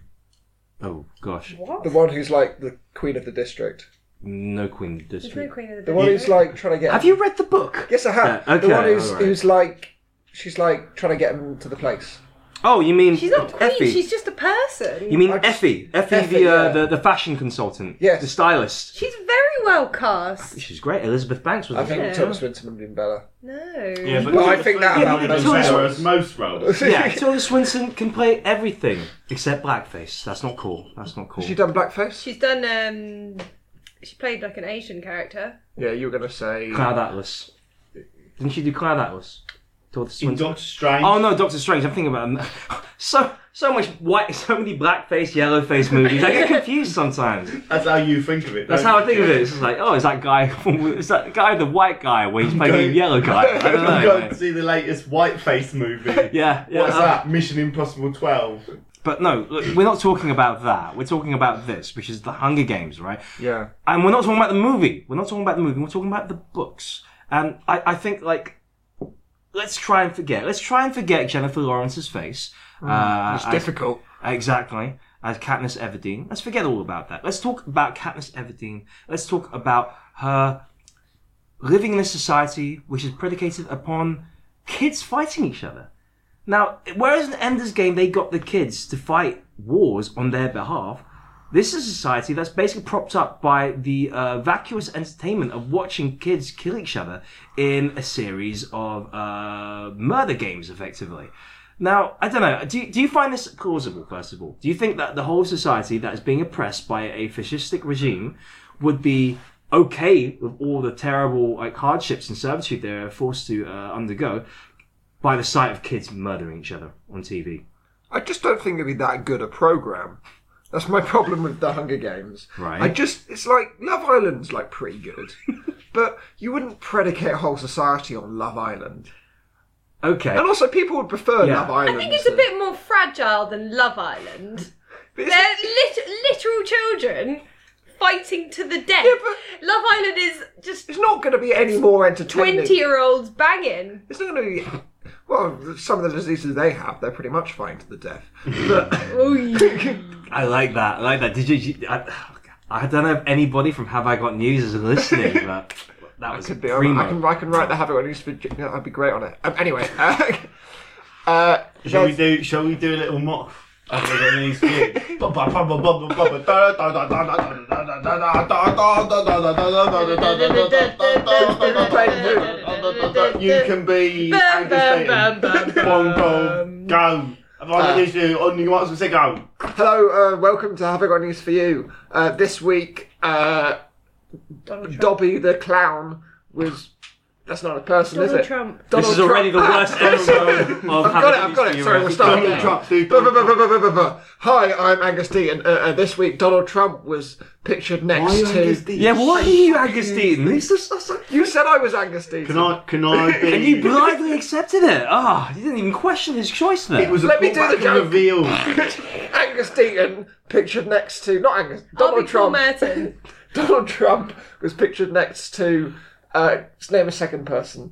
Speaker 1: Oh gosh,
Speaker 5: What?
Speaker 6: The one who's like the queen of the district.
Speaker 1: no Queen
Speaker 5: There's no
Speaker 1: District.
Speaker 5: Queen of the.
Speaker 6: The one who's
Speaker 5: Desert.
Speaker 6: like trying to get.
Speaker 1: Have you read the book?
Speaker 6: Yes, I have.
Speaker 1: Yeah,
Speaker 6: the
Speaker 1: okay,
Speaker 6: one who's,
Speaker 1: alright.
Speaker 6: who's like, she's like trying to get him to the place.
Speaker 1: Oh, you mean
Speaker 5: She's not queen.
Speaker 1: Effie?
Speaker 5: She's just a person.
Speaker 1: You mean
Speaker 6: I just-
Speaker 1: Effie? Effie,
Speaker 6: Effie,
Speaker 1: the, uh,
Speaker 6: yeah.
Speaker 1: the the fashion consultant.
Speaker 6: Yes.
Speaker 1: The stylist.
Speaker 5: She's very well cast.
Speaker 1: She's great. Elizabeth Banks was.
Speaker 6: I
Speaker 1: in
Speaker 6: think
Speaker 1: it.
Speaker 6: Tilda Swinton would have been better.
Speaker 5: No.
Speaker 4: Yeah,
Speaker 6: Well, I think that about
Speaker 4: does
Speaker 1: most
Speaker 4: better
Speaker 1: roles.
Speaker 4: as most roles.
Speaker 1: yeah, Tilda Swinton can play everything except blackface. That's not cool. That's not cool.
Speaker 6: Has she done blackface?
Speaker 5: She's done. um She played like an Asian character.
Speaker 6: Yeah, you were gonna say.
Speaker 1: Cloud Atlas. Didn't she do Cloud Atlas? Tilda
Speaker 4: In
Speaker 1: Swinton.
Speaker 4: Doctor Strange.
Speaker 1: Oh no, Doctor Strange. I'm thinking about so so much white, so many blackface, yellowface movies. I get confused sometimes.
Speaker 4: That's how you think of it.
Speaker 1: That's
Speaker 4: don't
Speaker 1: how I
Speaker 4: you?
Speaker 1: think of it. It's just like, oh, is that guy? Is that guy the white guy where he's playing
Speaker 4: going-
Speaker 1: the yellow guy? I don't
Speaker 4: I'm
Speaker 1: know.
Speaker 4: going to see the latest whiteface movie.
Speaker 1: Yeah, yeah.
Speaker 4: What's
Speaker 1: uh,
Speaker 4: that? Mission Impossible 12.
Speaker 1: But no, look, we're not talking about that. We're talking about this, which is the Hunger Games, right?
Speaker 6: Yeah.
Speaker 1: And we're not talking about the movie. We're not talking about the movie. We're talking about the books. And I, I think, like, let's try and forget. Let's try and forget Jennifer Lawrence's face. uh,
Speaker 3: Mm, It's
Speaker 1: as-
Speaker 3: difficult.
Speaker 1: Exactly. As Katniss Everdeen. Let's forget all about that. Let's talk about Katniss Everdeen. Let's talk about her living in a society which is predicated upon kids fighting each other. Now, whereas in Ender's Game they got the kids to fight wars on their behalf, this is a society that's basically propped up by the uh, vacuous entertainment of watching kids kill each other in a series of uh, murder games, effectively. Now, I don't know. Do, do you find this plausible, first of all? Do you think that the whole society that is being oppressed by a fascistic regime would be okay with all the terrible like hardships and servitude they're forced to uh, undergo by the sight of kids murdering each other on TV?
Speaker 6: I just don't think it'd be that good a program. That's my problem with the Hunger Games.
Speaker 1: Right.
Speaker 6: I just it's like Love Island's like pretty good, but you wouldn't predicate a whole society on Love Island.
Speaker 1: Okay.
Speaker 6: And also, people would prefer
Speaker 1: Yeah.
Speaker 6: Love
Speaker 1: I
Speaker 5: I
Speaker 6: Island.
Speaker 5: think it's a
Speaker 6: than-
Speaker 5: bit more fragile than Love Island.
Speaker 6: but it's-
Speaker 5: They're lit- literal children fighting to the death.
Speaker 6: Yeah, but-
Speaker 5: Love Island is just
Speaker 6: It's not going to be any more entertaining.
Speaker 5: 20 year olds banging.
Speaker 6: It's not going to be Well, some of the diseases they have, they're pretty much fighting to the death.
Speaker 5: Oh, yeah.
Speaker 1: I like that. I like that. Did you? you- I, I don't know if anybody from Have I Got News is listening, but that was
Speaker 6: Could be. I,
Speaker 1: primo.
Speaker 6: I can. I can write the Havoc on East Virginia. I'd be great on it. Um, anyway. Uh, uh,
Speaker 4: Shall we
Speaker 6: there's-
Speaker 4: do? Shall we do a little mock? I've got an excuse. Ba- ba- ba- ba- ba- ba- ba- da- da- da- da- da- da- da- da- da- da- da- da- da- da- da- da- da- da- da- da- da- da- da- da- da- da- da- da- da- You can be
Speaker 5: Bum, bum,
Speaker 4: Angus
Speaker 5: bum,
Speaker 4: Deaton.
Speaker 5: bum,
Speaker 4: Bong, bong,
Speaker 5: bum.
Speaker 4: go. I've got an issue. On you want to say go.
Speaker 6: hello. Uh, welcome to Have I Got News for You. Uh, this week, uh, Dobby the clown was. That's not a person,
Speaker 5: Donald
Speaker 6: is it?
Speaker 5: Trump.
Speaker 1: This
Speaker 6: Donald
Speaker 1: is already the
Speaker 6: Trump.
Speaker 1: worst episode of
Speaker 6: I've got it, I've got it. Sorry, we'll start
Speaker 4: Donald
Speaker 6: again.
Speaker 4: Trump, dude,
Speaker 6: Buh, buh,
Speaker 4: Donald
Speaker 6: buh, buh, buh, buh, buh, buh. Hi, I'm Angus Deaton. Uh, uh, this week, Donald Trump was pictured next to.
Speaker 1: Yeah, why are you Angus Deaton? This is- that's like-
Speaker 6: You said I was Angus Deaton.
Speaker 4: Can I? Can I be?
Speaker 1: And you blithely accepted it. Ah, you didn't even question his choice there.
Speaker 4: It was a
Speaker 6: Let me do
Speaker 4: pullback
Speaker 6: the
Speaker 4: and
Speaker 6: joke.
Speaker 4: reveal.
Speaker 6: Angus Deaton pictured next to not Angus
Speaker 5: I'll be
Speaker 6: Donald
Speaker 5: Paul
Speaker 6: Trump.
Speaker 5: Merton.
Speaker 6: Donald Trump was pictured next to uh, name a second person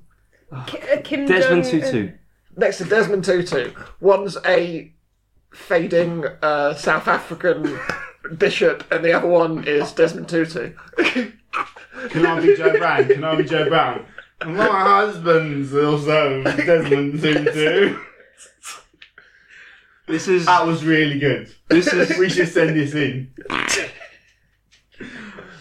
Speaker 5: Ki- uh, Kim
Speaker 1: Desmond
Speaker 5: Jong-
Speaker 1: Tutu.
Speaker 6: next to Desmond Tutu. One's a fading uh, South African bishop, and the other one is Desmond Tutu.
Speaker 4: Can I be Joe Brown? Can I be Joe Brown? My husband's also Desmond Tutu.
Speaker 1: This is
Speaker 4: That was really good.
Speaker 1: this is
Speaker 4: We should send this in.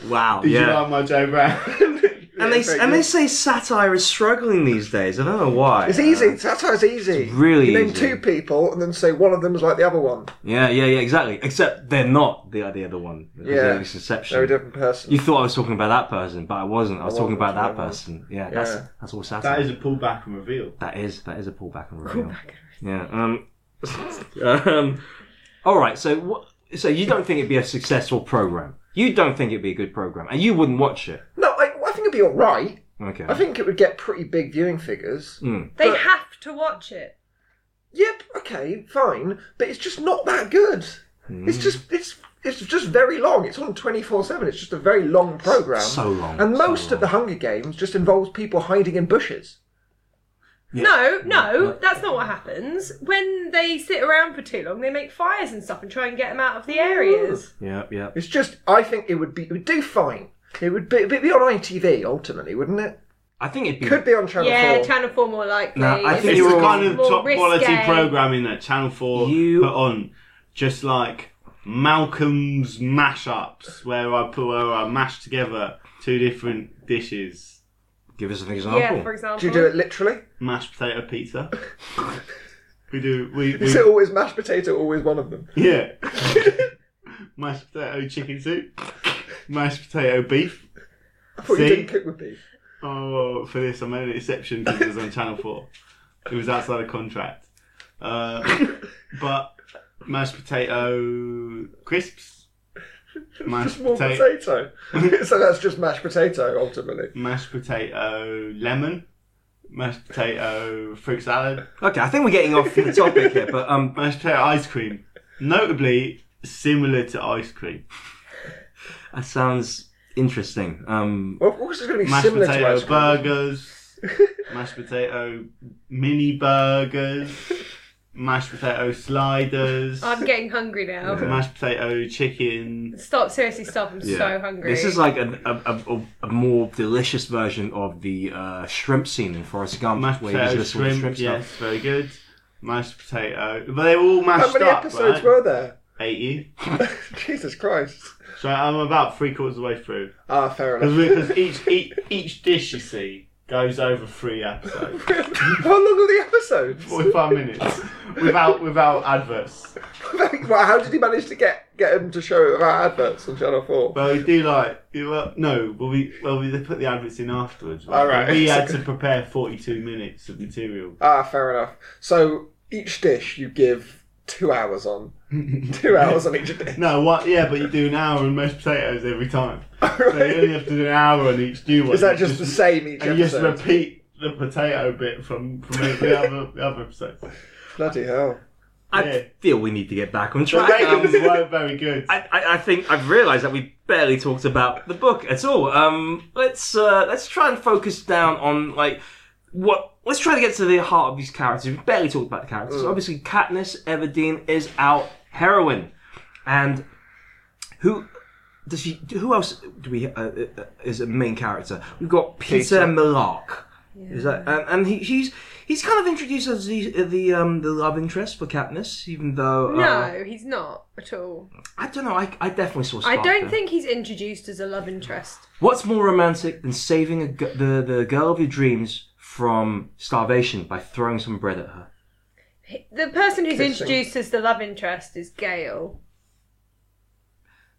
Speaker 1: wow.
Speaker 4: Did you
Speaker 1: yeah.
Speaker 4: like my Joe Brown?
Speaker 1: and they and they say satire is struggling these days. I don't know why.
Speaker 6: It's easy. That's how it's easy.
Speaker 1: really
Speaker 6: you name
Speaker 1: easy.
Speaker 6: two people and then say one of them is like the other one.
Speaker 1: Yeah, yeah, yeah. Exactly. Except they're not the the other one. because
Speaker 6: Yeah.
Speaker 1: they're misconception.
Speaker 6: They're a different person.
Speaker 1: You thought I was talking about that person, but I wasn't. I was talking
Speaker 6: wasn't,
Speaker 1: about that
Speaker 6: I wasn't.
Speaker 1: person. Yeah, that's
Speaker 6: Yeah.
Speaker 1: that's all satire.
Speaker 4: that is a pullback and reveal.
Speaker 1: That is that is a pullback and reveal. Yeah. Um, um, all right. So what? So you don't think it'd be a successful program? You don't think it'd be a good program, and you wouldn't watch it?
Speaker 6: No, I, I think it'd be all right.
Speaker 1: Okay.
Speaker 6: I think it would get pretty big viewing figures.
Speaker 5: They
Speaker 6: But-
Speaker 5: have to watch it.
Speaker 6: Yep, okay, fine, but it's just not that good. It's just it's it's just very long. It's on twenty four seven. It's just a very long program.
Speaker 1: So long,
Speaker 6: And
Speaker 1: so
Speaker 6: most of the Hunger Games just involves people hiding in bushes.
Speaker 5: No, no, that's not what happens. When they sit around for too long, they make fires and stuff and try and get them out of the areas.
Speaker 1: yeah. Yeah.
Speaker 6: It's just I think it would be it would do fine. It would be, it'd be on ITV ultimately, wouldn't it?
Speaker 1: I think it'd be.
Speaker 6: Could be on Channel
Speaker 5: yeah,
Speaker 6: Four.
Speaker 5: Channel 4 more likely.
Speaker 1: No, I think
Speaker 5: If it's
Speaker 4: It's
Speaker 1: you
Speaker 4: the
Speaker 1: were
Speaker 4: kind of
Speaker 5: more
Speaker 4: top quality
Speaker 5: risque.
Speaker 4: programming that Channel 4
Speaker 1: You-
Speaker 4: put on, just like Malcolm's mashups, where I put where I mash together two different dishes:
Speaker 1: Give us an example.
Speaker 5: Yeah, for example.
Speaker 6: do you do it literally?
Speaker 4: mashed potato pizza. we do we, we
Speaker 6: Is it always mashed potato? Always one of them.
Speaker 4: yeah, mashed potato chicken soup, mashed potato beef.
Speaker 6: I thought
Speaker 4: See?
Speaker 6: you didn't cook with beef.
Speaker 4: Oh, for this, I made an exception because it was on Channel 4. It was outside of contract. Uh, but mashed potato crisps. Mashed
Speaker 6: Just more
Speaker 4: potato.
Speaker 6: potato. so that's just mashed potato ultimately.
Speaker 4: Mashed potato lemon. Mashed potato fruit salad.
Speaker 1: Okay, I think we're getting off the topic here, but um,
Speaker 4: Mashed potato ice cream. Notably similar to ice cream.
Speaker 1: that sounds interesting. Um,
Speaker 6: Well, of course, it's going to be
Speaker 4: Mashed
Speaker 6: similar to
Speaker 4: potato
Speaker 6: ice cream.
Speaker 4: burgers. mashed potato mini burgers. Mashed potato sliders.
Speaker 5: I'm getting hungry now.
Speaker 4: Mashed potato chicken.
Speaker 5: Stop, seriously, stop. I'm
Speaker 1: yeah.
Speaker 5: so hungry.
Speaker 1: This is like a, a, a, a more delicious version of the uh, shrimp scene in Forrest Gump,
Speaker 4: Mashed
Speaker 1: where you
Speaker 4: potato
Speaker 1: just all the
Speaker 4: shrimp,
Speaker 1: shrimp
Speaker 4: yes,
Speaker 1: stuff.
Speaker 4: very good. Mashed potato, but they were all mashed
Speaker 6: How many
Speaker 4: up.
Speaker 6: episodes
Speaker 4: right?
Speaker 6: were there?
Speaker 4: Eighty.
Speaker 6: Jesus Christ.
Speaker 4: So I'm about three quarters of the way through
Speaker 6: Ah, fair enough.
Speaker 4: because each, each each dish you see goes over three episodes,
Speaker 6: How long are the episodes?
Speaker 4: forty-five minutes without without adverts.
Speaker 6: well, how did he manage to get get him to show it without adverts on Channel Four?
Speaker 4: Well, we do like you- well, no, but we well we they put the adverts in afterwards. Right?
Speaker 6: All right.
Speaker 4: we had to prepare forty-two minutes of material.
Speaker 6: ah, fair enough. So each dish you give two hours on, two hours on each dish.
Speaker 4: No, what? Yeah, but you do an hour on mashed potatoes every time. So you only have to do an hour on each new one.
Speaker 6: Oh, Is that
Speaker 4: You
Speaker 6: just the same each
Speaker 4: And you just
Speaker 6: episode?
Speaker 4: repeat the potato bit from, from the- the other, the other episode.
Speaker 6: Bloody hell!
Speaker 4: Yeah.
Speaker 1: I feel we need to get back on
Speaker 4: The
Speaker 1: track.
Speaker 4: ratings
Speaker 1: Um,
Speaker 4: weren't very good.
Speaker 1: I, I, I think I've realised that we barely talked about the book at all. Um, let's uh, let's try and focus down on like what let's try to get to the heart of these characters. We've barely talked about the characters. Obviously, Katniss Everdeen is our heroine, and who does she? Who else do we uh, uh, is a main character? We've got Peter,
Speaker 3: Peter.
Speaker 1: Millark. Is that and, and he, he's he's kind of introduced as the the um the love interest for Katniss, even though uh,
Speaker 5: No, he's not at all.
Speaker 1: I don't know. I, I definitely saw.
Speaker 5: I
Speaker 1: spark
Speaker 5: don't
Speaker 1: there.
Speaker 5: think he's introduced as a love interest.
Speaker 1: What's more romantic than saving a, g- the the girl of your dreams from starvation by throwing some bread at her?
Speaker 5: The person who's
Speaker 6: Kissing.
Speaker 5: introduced as the love interest is Gail.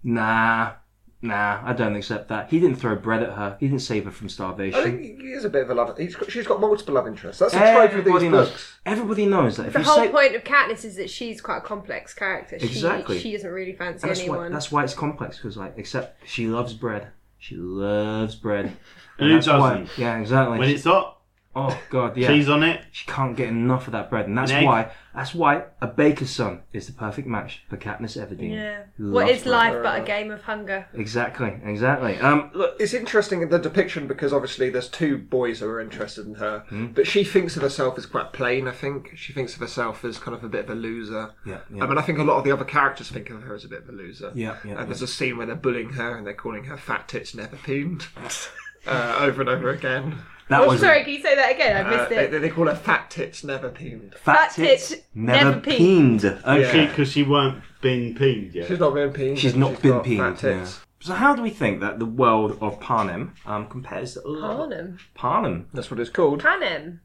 Speaker 1: Nah, nah, I don't accept that. He didn't throw bread at her. He didn't save her from
Speaker 6: I
Speaker 1: starvation.
Speaker 6: think he is a bit of a love. He's got, she's got multiple love interests. That's a trope of
Speaker 1: Everybody
Speaker 6: these
Speaker 1: knows.
Speaker 6: books.
Speaker 1: Everybody knows that if
Speaker 5: The
Speaker 1: you
Speaker 5: whole
Speaker 1: say
Speaker 5: point of Katniss is that she's quite a complex character. She,
Speaker 1: Exactly.
Speaker 5: She doesn't really fancy
Speaker 1: And that's why
Speaker 5: anyone.
Speaker 1: that's why it's complex because like except she loves bread. She loves bread.
Speaker 4: Who
Speaker 1: that's why-
Speaker 4: doesn't?
Speaker 1: yeah, exactly.
Speaker 4: When it's hot,
Speaker 1: oh god, yeah.
Speaker 4: cheese on it.
Speaker 1: She can't get enough of that bread, and that's
Speaker 4: An egg.
Speaker 1: why that's why a baker's son is the perfect match for Katniss Everdeen.
Speaker 5: yeah.
Speaker 1: who
Speaker 5: What
Speaker 1: loves
Speaker 5: is
Speaker 1: bread.
Speaker 5: life but a game of hunger?
Speaker 1: Exactly, exactly. Um, look,
Speaker 6: It's interesting in the depiction because obviously there's two boys who are interested in her,
Speaker 1: Hmm.
Speaker 6: but she thinks of herself as quite plain. I think she thinks of herself as kind of a bit of a loser.
Speaker 1: Yeah,
Speaker 6: I mean, I think a lot of the other characters think of her as a bit of a loser.
Speaker 1: Yeah, yeah,
Speaker 6: And
Speaker 1: yeah.
Speaker 6: there's a scene where they're bullying her and they're calling her fat tits never peened uh, over and over again.
Speaker 1: that
Speaker 5: Oh,
Speaker 1: was
Speaker 5: sorry, can you say that again? I
Speaker 6: Uh,
Speaker 5: missed
Speaker 6: they,
Speaker 5: it.
Speaker 6: they they call her fat tits never peened.
Speaker 1: fat
Speaker 5: Fat tits,
Speaker 1: tits, never, Oh,
Speaker 5: never
Speaker 1: peened.
Speaker 5: peened.
Speaker 1: Okay.
Speaker 6: Yeah.
Speaker 4: Because she weren't being peened yet.
Speaker 6: She's not been peened.
Speaker 1: She's not been
Speaker 6: got
Speaker 1: peened.
Speaker 6: Fat
Speaker 1: yeah.
Speaker 6: tits.
Speaker 1: So how do we think that the world of Panem um, compares to
Speaker 5: Panem.
Speaker 1: Panem?
Speaker 6: That's what it's called.
Speaker 5: Panem.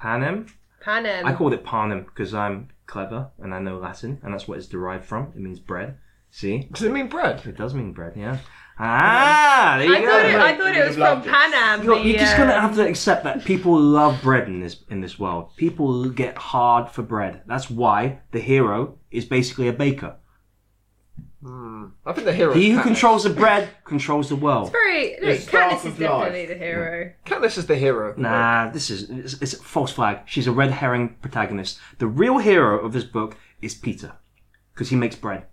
Speaker 1: Panem?
Speaker 5: Panem.
Speaker 1: I called it Panem because I'm clever and I know Latin, and that's what it's derived from. It means bread. See,
Speaker 6: Does it mean bread?
Speaker 1: it does mean bread. Yeah. Ah, there you
Speaker 5: I
Speaker 1: go.
Speaker 5: thought it, I thought it was from Panam.
Speaker 1: You're,
Speaker 5: the,
Speaker 1: you're just
Speaker 5: uh,
Speaker 1: gonna have to accept that people love bread in this in this world. People get hard for bread. That's why the hero is basically a baker.
Speaker 6: I think the hero.
Speaker 1: He
Speaker 6: is
Speaker 1: who
Speaker 6: Katniss.
Speaker 1: controls the bread controls the world.
Speaker 5: Very. No,
Speaker 4: The staff
Speaker 5: Katniss is
Speaker 4: of life.
Speaker 5: definitely the hero.
Speaker 6: Katniss is the hero.
Speaker 1: Nah, this is it's, it's a false flag. She's a red herring protagonist. The real hero of this book is Peter, because he makes bread.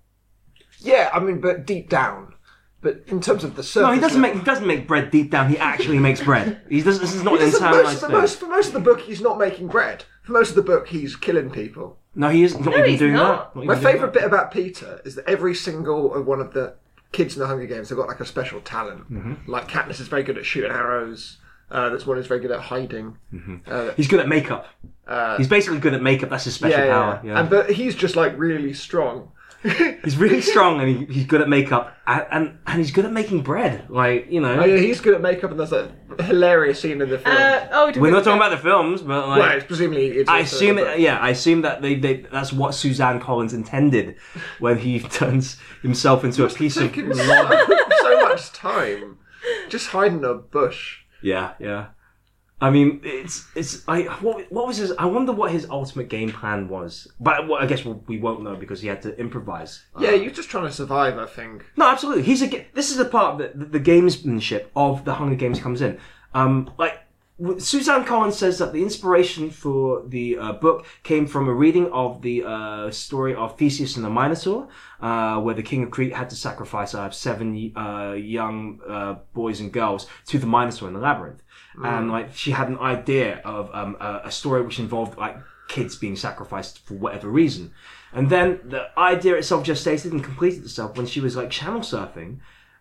Speaker 6: Yeah, I mean, but deep down, but in terms of the surface.
Speaker 1: No, he doesn't
Speaker 6: level-
Speaker 1: make he doesn't make bread deep down. He actually makes bread. He doesn't. This is not an
Speaker 6: Because for most,
Speaker 1: internalized
Speaker 6: for,
Speaker 1: thing.
Speaker 6: most, for most of the book, he's not making bread. For most of the book, he's killing people.
Speaker 1: No, he isn't. Not
Speaker 5: No,
Speaker 1: even
Speaker 5: he's
Speaker 1: doing
Speaker 5: not.
Speaker 1: that. Not
Speaker 6: My
Speaker 1: even doing
Speaker 6: favourite
Speaker 1: that.
Speaker 6: bit about Peter is that every single uh, one of the kids in the Hunger Games have got like a special talent.
Speaker 1: Mm-hmm.
Speaker 6: Like Katniss is very good at shooting arrows. Uh, that's one who's very good at hiding.
Speaker 1: Mm-hmm. He's good at makeup. he's basically good at makeup. That's his special
Speaker 6: Uh, Yeah,
Speaker 1: power. Yeah.
Speaker 6: And but he's just like really strong.
Speaker 1: He's really strong and he, he's good at makeup and, and and he's good at making bread. Like you know,
Speaker 6: Oh, yeah, he's good at makeup, and there's a hilarious scene in the film.
Speaker 5: Uh, oh, do
Speaker 1: we're
Speaker 5: we-
Speaker 1: not talking about the films, but like
Speaker 6: well, it's presumably it's.
Speaker 1: I
Speaker 6: also
Speaker 1: assume
Speaker 6: in the
Speaker 1: it,
Speaker 6: book.
Speaker 1: yeah, I assume that they, they that's what Suzanne Collins intended when he turns himself into a piece of
Speaker 6: Taking so, so much time, just hiding a bush.
Speaker 1: yeah, yeah. I mean, it's it's I what what was his? I wonder what his ultimate game plan was. But well, I guess we'll, we won't know because he had to improvise.
Speaker 6: Yeah, you're just trying to survive, I think.
Speaker 1: No, absolutely. He's a. ga- This is the part that the, the gamesmanship of the Hunger Games comes in. Um, like w- Suzanne Collins says that the inspiration for the uh, book came from a reading of the uh, story of Theseus and the Minotaur, uh, where the king of Crete had to sacrifice uh, seven uh, young uh, boys and girls to the Minotaur in the labyrinth. And like she had an idea of um, a, a story which involved like kids being sacrificed for whatever reason. And then the idea itself gestated and completed itself when she was like channel surfing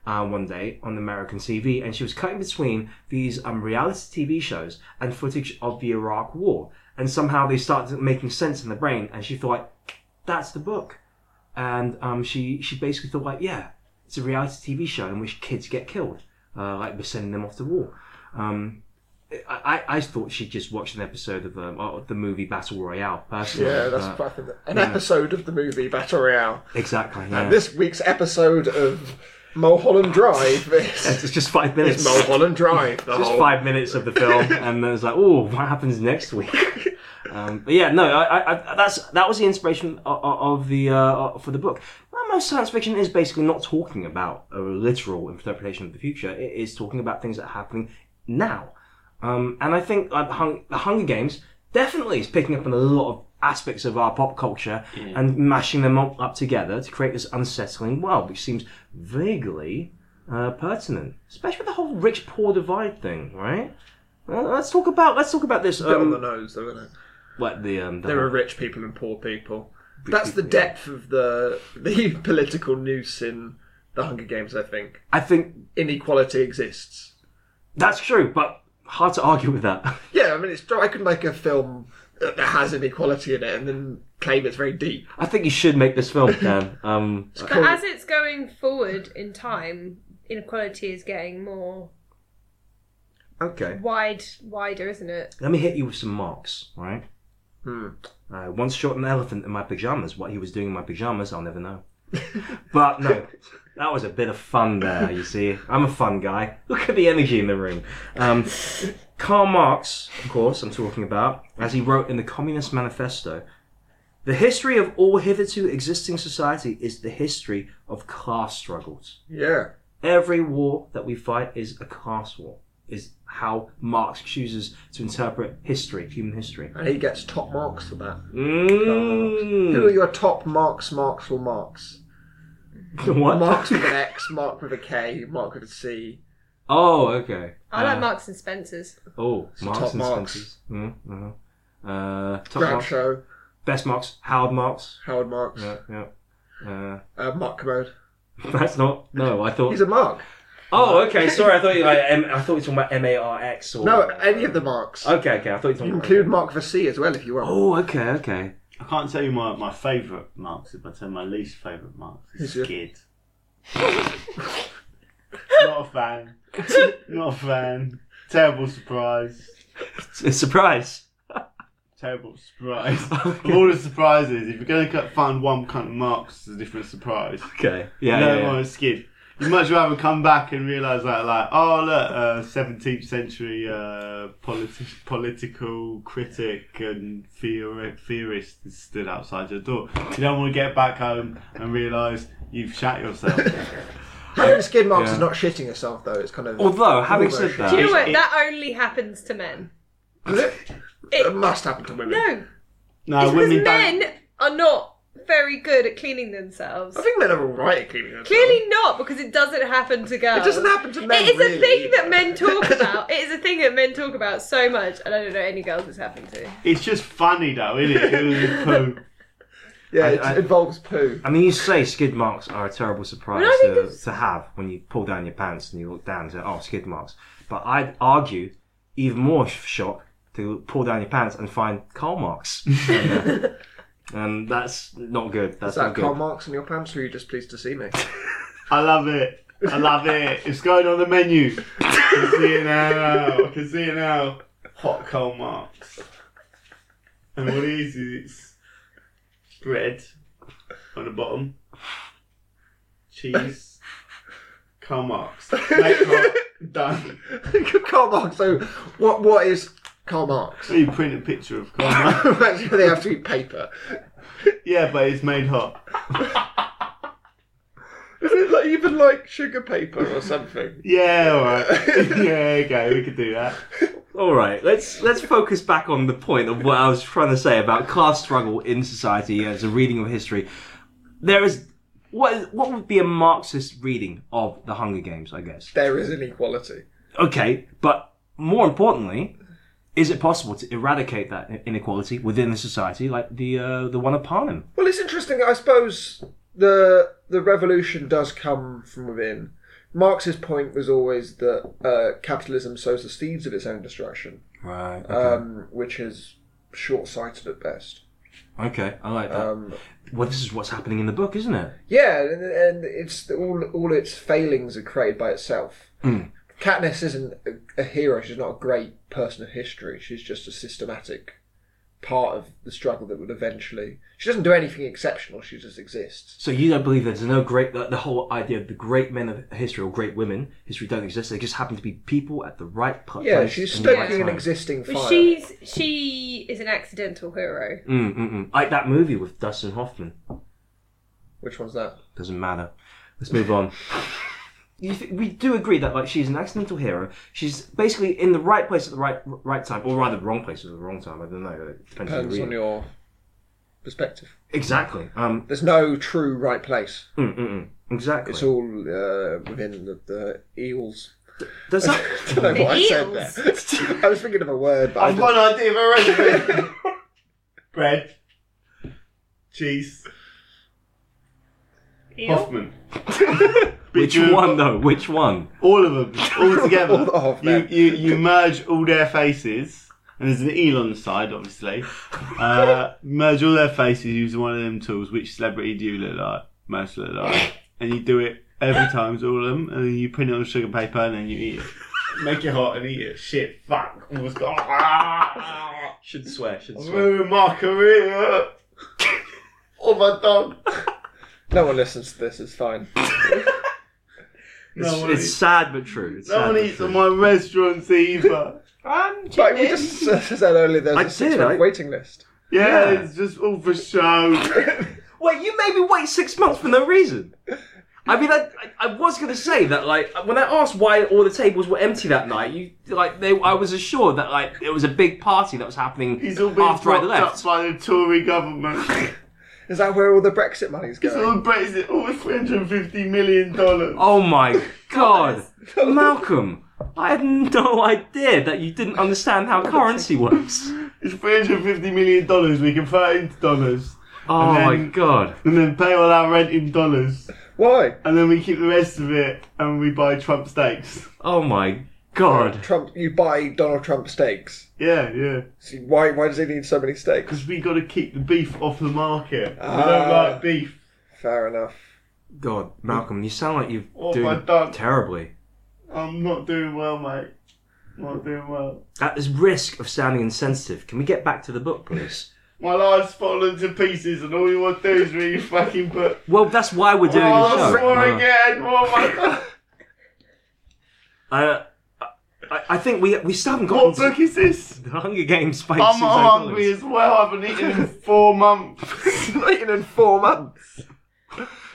Speaker 1: uh, one day on American TV, and she was cutting between these um, reality TV shows and footage of the Iraq War. And somehow they started making sense in the brain, and she thought, like, "That's the book." And um, she she basically thought, like, "Yeah, it's a reality TV show in which kids get killed, uh, like we're sending them off to war." Um, I, I I thought she just watched an episode of um, of the movie Battle Royale. Personally,
Speaker 6: Yeah, that's
Speaker 1: but-
Speaker 6: I think that- an episode of the movie Battle Royale.
Speaker 1: Exactly. Yeah.
Speaker 6: This week's episode of Mulholland Drive is
Speaker 1: it's just five minutes.
Speaker 6: is Mulholland Drive. The
Speaker 1: Just
Speaker 6: whole.
Speaker 1: five minutes of the film, and then it's like, oh, what happens next week? Um, but yeah, no, I, I, I, that's that was the inspiration of, of the uh, for the book. Well, most science fiction is basically not talking about a literal interpretation of the future; it is talking about things that are happening now. Um, and I think uh, Hung- the Hunger Games definitely is picking up on a lot of aspects of our pop culture and mashing them up, up together to create this unsettling world, which seems vaguely uh, pertinent, especially with the whole rich poor divide thing, right? Well, let's talk about let's talk about this.
Speaker 6: Bit on
Speaker 1: Um,
Speaker 6: the nose, though, isn't it?
Speaker 1: what the um, the-
Speaker 6: There are rich people and poor people. That's the depth of the the political noose in the Hunger Games. I think
Speaker 1: I think
Speaker 6: inequality exists.
Speaker 1: that's true, but hard to argue with that.
Speaker 6: Yeah, I mean, it's I can make a film that has inequality in it and then claim it's very deep.
Speaker 1: I think you should make this film, Dan. Um,
Speaker 5: But as it's going forward in time, inequality is getting more
Speaker 1: okay.
Speaker 5: wide, wider, isn't it?
Speaker 1: Let me hit you with some marks, right?
Speaker 6: Hmm.
Speaker 1: I once shot an elephant in my pajamas. What he was doing in my pajamas, I'll never know. but no, that was a bit of fun there, you see. I'm a fun guy. Look at the energy in the room. Um, Karl Marx, of course, I'm talking about, as he wrote in the Communist Manifesto, the history of all hitherto existing society is the history of class struggles.
Speaker 6: Yeah,
Speaker 1: every war that we fight is a class war is how marx chooses to interpret history human history
Speaker 6: and he gets top marks for that. Who are
Speaker 1: mm.
Speaker 6: your top marks? Marks or marks?
Speaker 1: what
Speaker 6: Marks with an X, mark with a K, mark with a C.
Speaker 1: oh okay
Speaker 5: I
Speaker 1: Uh,
Speaker 5: like Marks and Spencers.
Speaker 1: oh marx
Speaker 6: top
Speaker 1: and
Speaker 6: marks.
Speaker 1: Spencer's. Mm, mhm. uh, top
Speaker 6: Grand
Speaker 1: marks,
Speaker 6: Show,
Speaker 1: best marks, Howard marks.
Speaker 6: Howard Marks,
Speaker 1: Yeah, yeah. Uh,
Speaker 6: uh, Mark Commode.
Speaker 1: that's not. No, I thought.
Speaker 6: He's a mark.
Speaker 1: oh, okay. Sorry, I thought you. Like, M, I thought you were talking about M A R X or.
Speaker 6: No, any of the marks.
Speaker 1: Okay, okay. I thought you were talking about.
Speaker 6: Include Mark with a C as well if you want.
Speaker 1: Oh, okay, okay.
Speaker 4: I can't tell you my, my favourite marks, but I tell you my least favourite marks. It's
Speaker 6: Who's your-
Speaker 4: Skid. Not a fan. Not a fan. Terrible surprise.
Speaker 1: It's a surprise.
Speaker 4: Terrible surprise. Of all the surprises, if you're going to find one kind of marks, it's a different surprise.
Speaker 1: Okay. Yeah.
Speaker 4: no
Speaker 1: yeah, yeah.
Speaker 4: one is skid. You'd much rather come back and realise that, like, oh look, uh, 17th century uh, politi- political critic and theori- theorist is stood outside your door. You don't want to get back home and realise you've shat yourself.
Speaker 6: Having skid marks
Speaker 1: Yeah. Oh,
Speaker 6: is not shitting yourself though. It's kind of
Speaker 1: Although, having said
Speaker 6: Although-
Speaker 1: that,
Speaker 5: Do you know what?
Speaker 4: uh, it-
Speaker 5: That only happens to men.
Speaker 6: it must happen to women.
Speaker 5: No,
Speaker 4: no,
Speaker 5: because
Speaker 4: Uh, women
Speaker 5: men
Speaker 4: don't.
Speaker 5: are not very good at cleaning themselves.
Speaker 6: I think men are all right at cleaning themselves.
Speaker 5: Clearly not, because it doesn't happen to girls.
Speaker 6: It doesn't happen to men.
Speaker 5: It is
Speaker 6: really,
Speaker 5: a thing
Speaker 6: either.
Speaker 5: that men talk about. It is a thing that men talk about so much, and I don't know any girls it's happened to.
Speaker 4: It's just funny though, isn't it? Ooh, poo.
Speaker 6: Yeah,
Speaker 1: I-
Speaker 6: it involves poo.
Speaker 1: I mean, you say skid marks are a terrible surprise
Speaker 5: Well, I think
Speaker 1: to,
Speaker 5: it's-
Speaker 1: to have when you pull down your pants and you look down and say, "Oh, skid marks." But I'd argue even more sh- shock to pull down your pants and find Karl marks, and that's not good. That's
Speaker 6: Is that
Speaker 1: not
Speaker 6: Karl
Speaker 1: good.
Speaker 6: Marx in your pants, or are you just pleased to see me?
Speaker 4: I love it. I love it. It's going on the menu. I can see it now. I can see it now. Hot coal marks. And what it is is it's bread on the bottom, cheese, coal marks. Make hot, done.
Speaker 6: Karl Marx. So, what? What is Karl Marx?
Speaker 4: So you print a picture of coal marks.
Speaker 6: Actually, they have to be paper.
Speaker 4: Yeah, but it's made hot.
Speaker 6: Is it like even like sugar paper or something?
Speaker 4: Yeah, alright. Yeah, okay, we could do that.
Speaker 1: All right, let's let's focus back on the point of what I was trying to say about class struggle in society as a reading of history. There is what is, what would be a Marxist reading of the Hunger Games, I guess.
Speaker 6: There is inequality.
Speaker 1: Okay, but more importantly, is it possible to eradicate that i- inequality within the society, like the uh, the one of Panem?
Speaker 6: Well, it's interesting. I suppose the the revolution does come from within. Marx's point was always that uh, capitalism sows the seeds of its own destruction,
Speaker 1: Right.
Speaker 6: um, which is short sighted at best.
Speaker 1: okay, I like that.
Speaker 6: Um,
Speaker 1: well, this is what's happening in the book, isn't it?
Speaker 6: Yeah, and, and it's all all its failings are created by itself.
Speaker 1: Hmm.
Speaker 6: Katniss isn't a, a hero; she's not a great person of history. She's just a systematic part of the struggle that would eventually. She doesn't do anything exceptional. She just exists.
Speaker 1: So you don't believe there's no great the, the whole idea of the great men of history or great women history don't exist. They just happen to be people at the right pl-
Speaker 6: Yeah,
Speaker 1: place.
Speaker 6: she's
Speaker 1: and the right
Speaker 6: stoking an
Speaker 1: time.
Speaker 6: existing fire.
Speaker 5: Well, she's she is an accidental hero.
Speaker 1: Mm, mm, mm. Like that movie with Dustin Hoffman.
Speaker 6: Which one's that?
Speaker 1: Doesn't matter. Let's move on. You th- we do agree that like she's an accidental hero. She's basically in the right place at the right right time, or rather, wrong place at the wrong time. I don't know. It depends, on
Speaker 6: Depends
Speaker 1: you
Speaker 6: on
Speaker 1: read. it.
Speaker 6: your perspective.
Speaker 1: Exactly. Um.
Speaker 6: There's no true right place.
Speaker 1: mm, mm, mm. Exactly.
Speaker 6: It's all uh, within the, the eels.
Speaker 1: Does that?
Speaker 6: I don't know what I said
Speaker 5: Eels.
Speaker 6: there. I was thinking of a word, but I
Speaker 4: I've
Speaker 6: didn't.
Speaker 4: got an idea for a recipe. Bread, cheese, Hoffman.
Speaker 1: Which
Speaker 4: Because-
Speaker 1: one though? Which one?
Speaker 4: All of them, all together.
Speaker 6: All the Hoffman.
Speaker 4: You, you you merge all their faces, and there's an eel on the side, obviously. Uh, merge all their faces using one of them tools. Which celebrity do you look like? Most look like, and you do it every time to all of them, and then you print it on sugar paper, and then you eat it. Make it hot and eat it. Shit, fuck, almost got. Ah,
Speaker 1: Should swear. Should
Speaker 4: I'm ruining my career. oh my dog.
Speaker 6: No one listens to this. It's fine.
Speaker 1: It's,
Speaker 4: No one
Speaker 1: it's
Speaker 4: eats-
Speaker 1: sad but true. It's sad
Speaker 4: no one
Speaker 1: but
Speaker 4: eats
Speaker 1: true.
Speaker 4: at my restaurants either.
Speaker 1: I'm
Speaker 6: But we just uh, said earlier there's
Speaker 1: I
Speaker 6: a
Speaker 1: did,
Speaker 6: six
Speaker 1: I-
Speaker 6: month waiting list.
Speaker 4: Yeah,
Speaker 1: Yeah.
Speaker 4: it's just all for show.
Speaker 1: Wait, you made me wait six months for no reason. I mean, I, I, I was gonna say that, like, when I asked why all the tables were empty that night, you like, they, I was assured that like it was a big party that was happening
Speaker 4: He's all being
Speaker 1: after I
Speaker 4: propped
Speaker 1: left.
Speaker 4: up by the Tory government.
Speaker 6: Is that where all the Brexit money's
Speaker 4: it's
Speaker 6: going?
Speaker 4: all Brexit, all three hundred and fifty million dollars.
Speaker 1: Oh my god, Malcolm! I had no idea that you didn't understand how currency works.
Speaker 4: It's three hundred and fifty million dollars. We convert into dollars,
Speaker 1: Oh my
Speaker 4: then-
Speaker 1: god!
Speaker 4: and then pay all our rent in dollars,
Speaker 6: Why?
Speaker 4: and then we keep the rest of it, and we buy Trump steaks.
Speaker 1: Oh my god!
Speaker 6: Trump, you buy Donald Trump steaks.
Speaker 4: Yeah, yeah.
Speaker 6: See, why? Why does he need so many steaks?
Speaker 4: Because we got to keep the beef off the market. we don't
Speaker 6: Ah.
Speaker 4: like beef.
Speaker 6: Fair enough.
Speaker 1: God, Malcolm, you sound like you're
Speaker 4: Oh my
Speaker 1: doing
Speaker 4: god,
Speaker 1: terribly.
Speaker 4: I'm not doing well, mate. Not doing well.
Speaker 1: At this risk of sounding insensitive, can we get back to the book, please?
Speaker 4: My life's fallen to pieces, and all you want to do is read your fucking book.
Speaker 1: Well, that's why we're doing
Speaker 4: oh,
Speaker 1: the
Speaker 4: I
Speaker 1: show.
Speaker 4: swore
Speaker 1: Uh,
Speaker 4: again. Oh my god.
Speaker 1: Uh, I, I think we we still haven't
Speaker 4: What
Speaker 1: gotten
Speaker 4: book is this?
Speaker 1: to the Hunger Games by
Speaker 4: I'm
Speaker 1: Suzanne
Speaker 4: hungry
Speaker 1: Collins.
Speaker 4: as well. I haven't eaten in four months.
Speaker 6: Eaten in four months.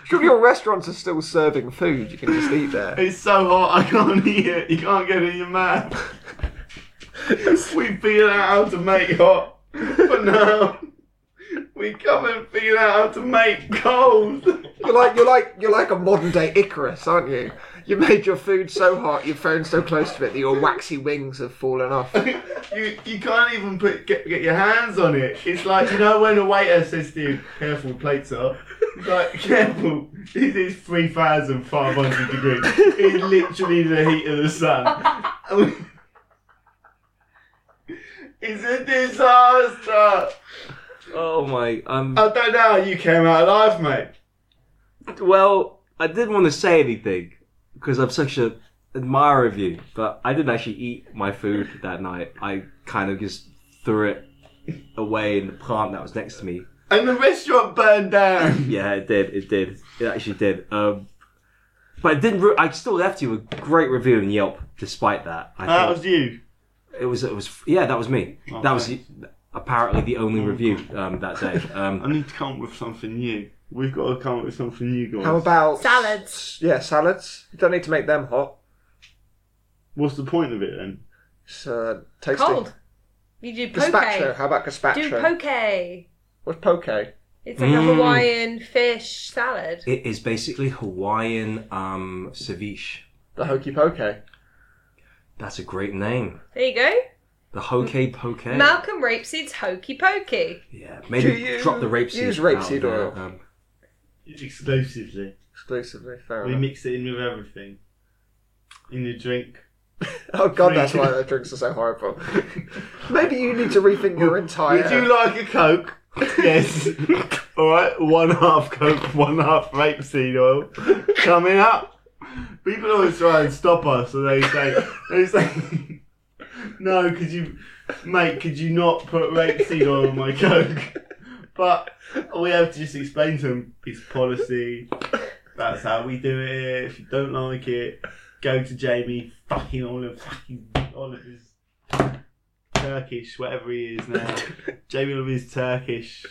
Speaker 6: Surely your restaurants are still serving food. You can just eat there.
Speaker 4: It's so hot, I can't eat it. You can't get it in your mouth. we feel out how to make hot, but now we come and feel out how to make cold.
Speaker 6: You're like you're like you're like a modern day Icarus, aren't you? You made your food so hot, your phone so close to it that your waxy wings have fallen off.
Speaker 4: you you can't even put get, get your hands on it. It's like you know when a waiter says to you, "Careful, plates up." It's like careful. This is three thousand five hundred degrees. It's literally the heat of the sun. it's a disaster.
Speaker 1: Oh my! Um,
Speaker 4: I don't know how you came out alive, mate.
Speaker 1: well, I didn't want to say anything because I'm such a admirer of you, but I didn't actually eat my food that night. I kind of just threw it away in the plant that was next to me.
Speaker 4: And the restaurant burned down.
Speaker 1: Yeah, it did. It did. It actually did. Um, but it didn't. Ru- I still left you a great review in Yelp, despite that. I
Speaker 4: That
Speaker 1: think.
Speaker 4: was you.
Speaker 1: It was. It was. Yeah, that was me. That was apparently the only
Speaker 6: Mm.
Speaker 1: review um, that day.
Speaker 4: I
Speaker 1: Um,
Speaker 4: need to come up with something new. We've got to come up with something new, guys.
Speaker 6: How about
Speaker 5: Salads.
Speaker 6: Yeah, salads. You don't need to make them hot.
Speaker 4: What's the point of it then?
Speaker 6: It's uh, tasty.
Speaker 5: Cold. You do poke.
Speaker 6: Gazpacho. How about
Speaker 5: Do
Speaker 6: gazpacho?
Speaker 5: poke.
Speaker 6: What's poke?
Speaker 5: It's like a
Speaker 1: Mm.
Speaker 5: Hawaiian fish salad.
Speaker 1: it is basically Hawaiian um, ceviche.
Speaker 6: The hokey poke.
Speaker 1: That's a great name.
Speaker 5: There you go.
Speaker 1: The
Speaker 6: Mm.
Speaker 1: Hoke Poke.
Speaker 5: Malcolm Rapeseed's Hokey Pokey.
Speaker 1: yeah,
Speaker 6: Do
Speaker 1: maybe
Speaker 6: you
Speaker 1: drop the rapeseed.
Speaker 6: use
Speaker 1: out
Speaker 6: rapeseed
Speaker 1: there,
Speaker 6: oil?
Speaker 1: Um,
Speaker 4: Exclusively.
Speaker 6: Exclusively. Fair
Speaker 4: We
Speaker 6: enough.
Speaker 4: mix it in with everything. In your drink.
Speaker 6: Oh god, that's why the drinks are so horrible. Maybe you need to rethink your entire.
Speaker 4: Would you like a Coke? yes. Alright, one half Coke, one half rapeseed oil. Coming up. People always try and stop us and they say, they say, no, could you, mate, could you not put rapeseed oil on my Coke? But we have to just explain to them it's policy. That's how we do it. If you don't like it, go to Jamie, fucking all of fucking all of his Turkish, whatever he is now. Jamie Oliver is Turkish.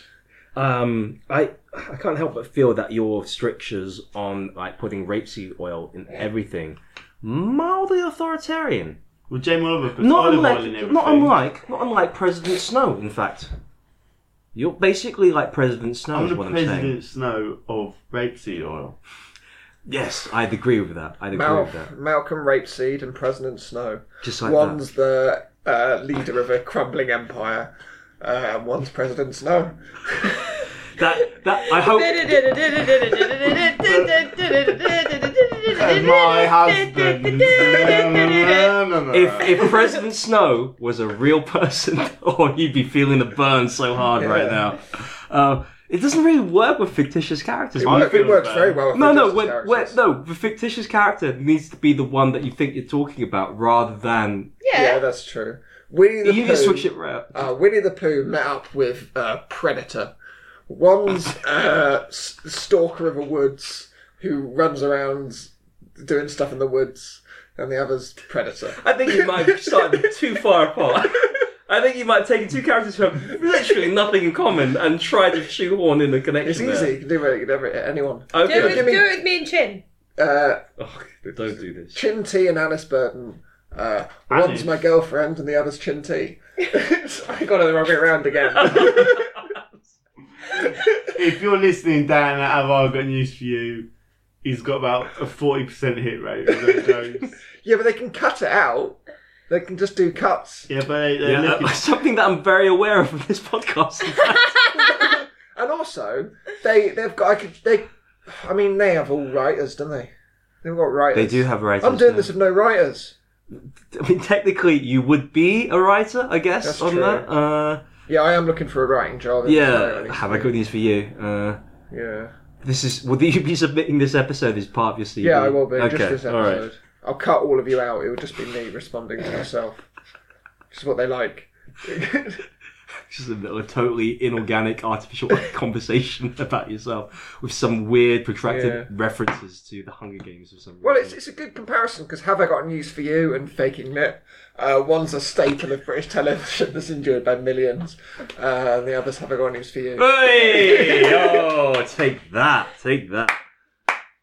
Speaker 1: um, I I can't help but feel that your strictures on like putting rapeseed oil in everything mildly authoritarian.
Speaker 4: Well, Jamie Oliver puts
Speaker 1: not
Speaker 4: olive
Speaker 1: unlike,
Speaker 4: oil in everything.
Speaker 1: not unlike, not unlike President Snow. In fact, you're basically like President Snow.
Speaker 4: I'm
Speaker 1: is
Speaker 4: the
Speaker 1: what I'm saying.
Speaker 4: President Snow of rapeseed oil.
Speaker 1: Yes, I'd agree with that. I'd agree
Speaker 6: Mal-
Speaker 1: with that.
Speaker 6: Malcolm Rapeseed and President Snow.
Speaker 1: Just like
Speaker 6: one's the uh, leader of a crumbling empire, uh, and one's President Snow.
Speaker 1: That that I hope.
Speaker 4: And my husband.
Speaker 1: If, if President Snow was a real person, oh, he'd be feeling the burn so hard right now. Uh, it doesn't really work with fictitious characters.
Speaker 4: I
Speaker 6: Look,
Speaker 4: feel
Speaker 6: it works
Speaker 4: bad.
Speaker 6: very well.
Speaker 1: No, no,
Speaker 6: when,
Speaker 1: when, when, no. The fictitious character needs to be the one that you think you're talking about, rather than
Speaker 6: Yeah,
Speaker 5: Yeah.
Speaker 6: that's true. Winnie the
Speaker 1: you
Speaker 6: Pooh.
Speaker 1: just switch it around.
Speaker 6: uh, Winnie the Pooh met up with uh, Predator. One's uh, s- stalker of the woods who runs around doing stuff in the woods, and the other's Predator.
Speaker 1: I think you might have started them too far apart. I think you might have taken two characters who have literally nothing in common and tried to shoehorn in a connection.
Speaker 6: It's
Speaker 1: there.
Speaker 6: easy. You can do it. You can do it at anyone.
Speaker 5: Do it, with,
Speaker 1: Okay.
Speaker 5: do it with me and Chin.
Speaker 6: Uh,
Speaker 1: Oh, don't do this.
Speaker 6: Chin T and Alice Burton. Uh,
Speaker 4: Alice.
Speaker 6: one's my girlfriend, and the other's Chin T. I got it wrong way around again.
Speaker 4: If you're listening, Dan, have I got news for you? He's got about a forty percent hit rate. Of those jokes.
Speaker 6: yeah, but they can cut it out. They can just do cuts.
Speaker 4: yeah, but they, they're
Speaker 1: Yeah,
Speaker 4: looking-
Speaker 1: uh, something that I'm very aware of in this podcast.
Speaker 6: And also, they they've got I could they, I mean they have all writers, don't they? They've got writers.
Speaker 1: they do have writers.
Speaker 6: I'm doing this with no writers.
Speaker 1: I mean, technically, you would be a writer, I guess,
Speaker 6: That's
Speaker 1: on
Speaker 6: true.
Speaker 1: that. Uh,
Speaker 6: Yeah, I am looking for a writing job.
Speaker 1: yeah, have I got news for you? Uh,
Speaker 6: Yeah,
Speaker 1: this is. Will you be submitting this episode as part of your CV?
Speaker 6: yeah, I will be.
Speaker 1: Okay,
Speaker 6: just this
Speaker 1: all right.
Speaker 6: episode, I'll cut all of you out. It will just be me responding to myself. Just what they like.
Speaker 1: Just a little totally inorganic, artificial conversation about yourself with some weird, protracted
Speaker 6: Yeah.
Speaker 1: references to the Hunger Games or something.
Speaker 6: Well, it's, it's a good comparison because Have I Got News for You and Faking It? Uh, one's a staple of British television that's enjoyed by millions, uh, and the other's Have I Got News for You.
Speaker 1: Hey! Oh, take that! Take that!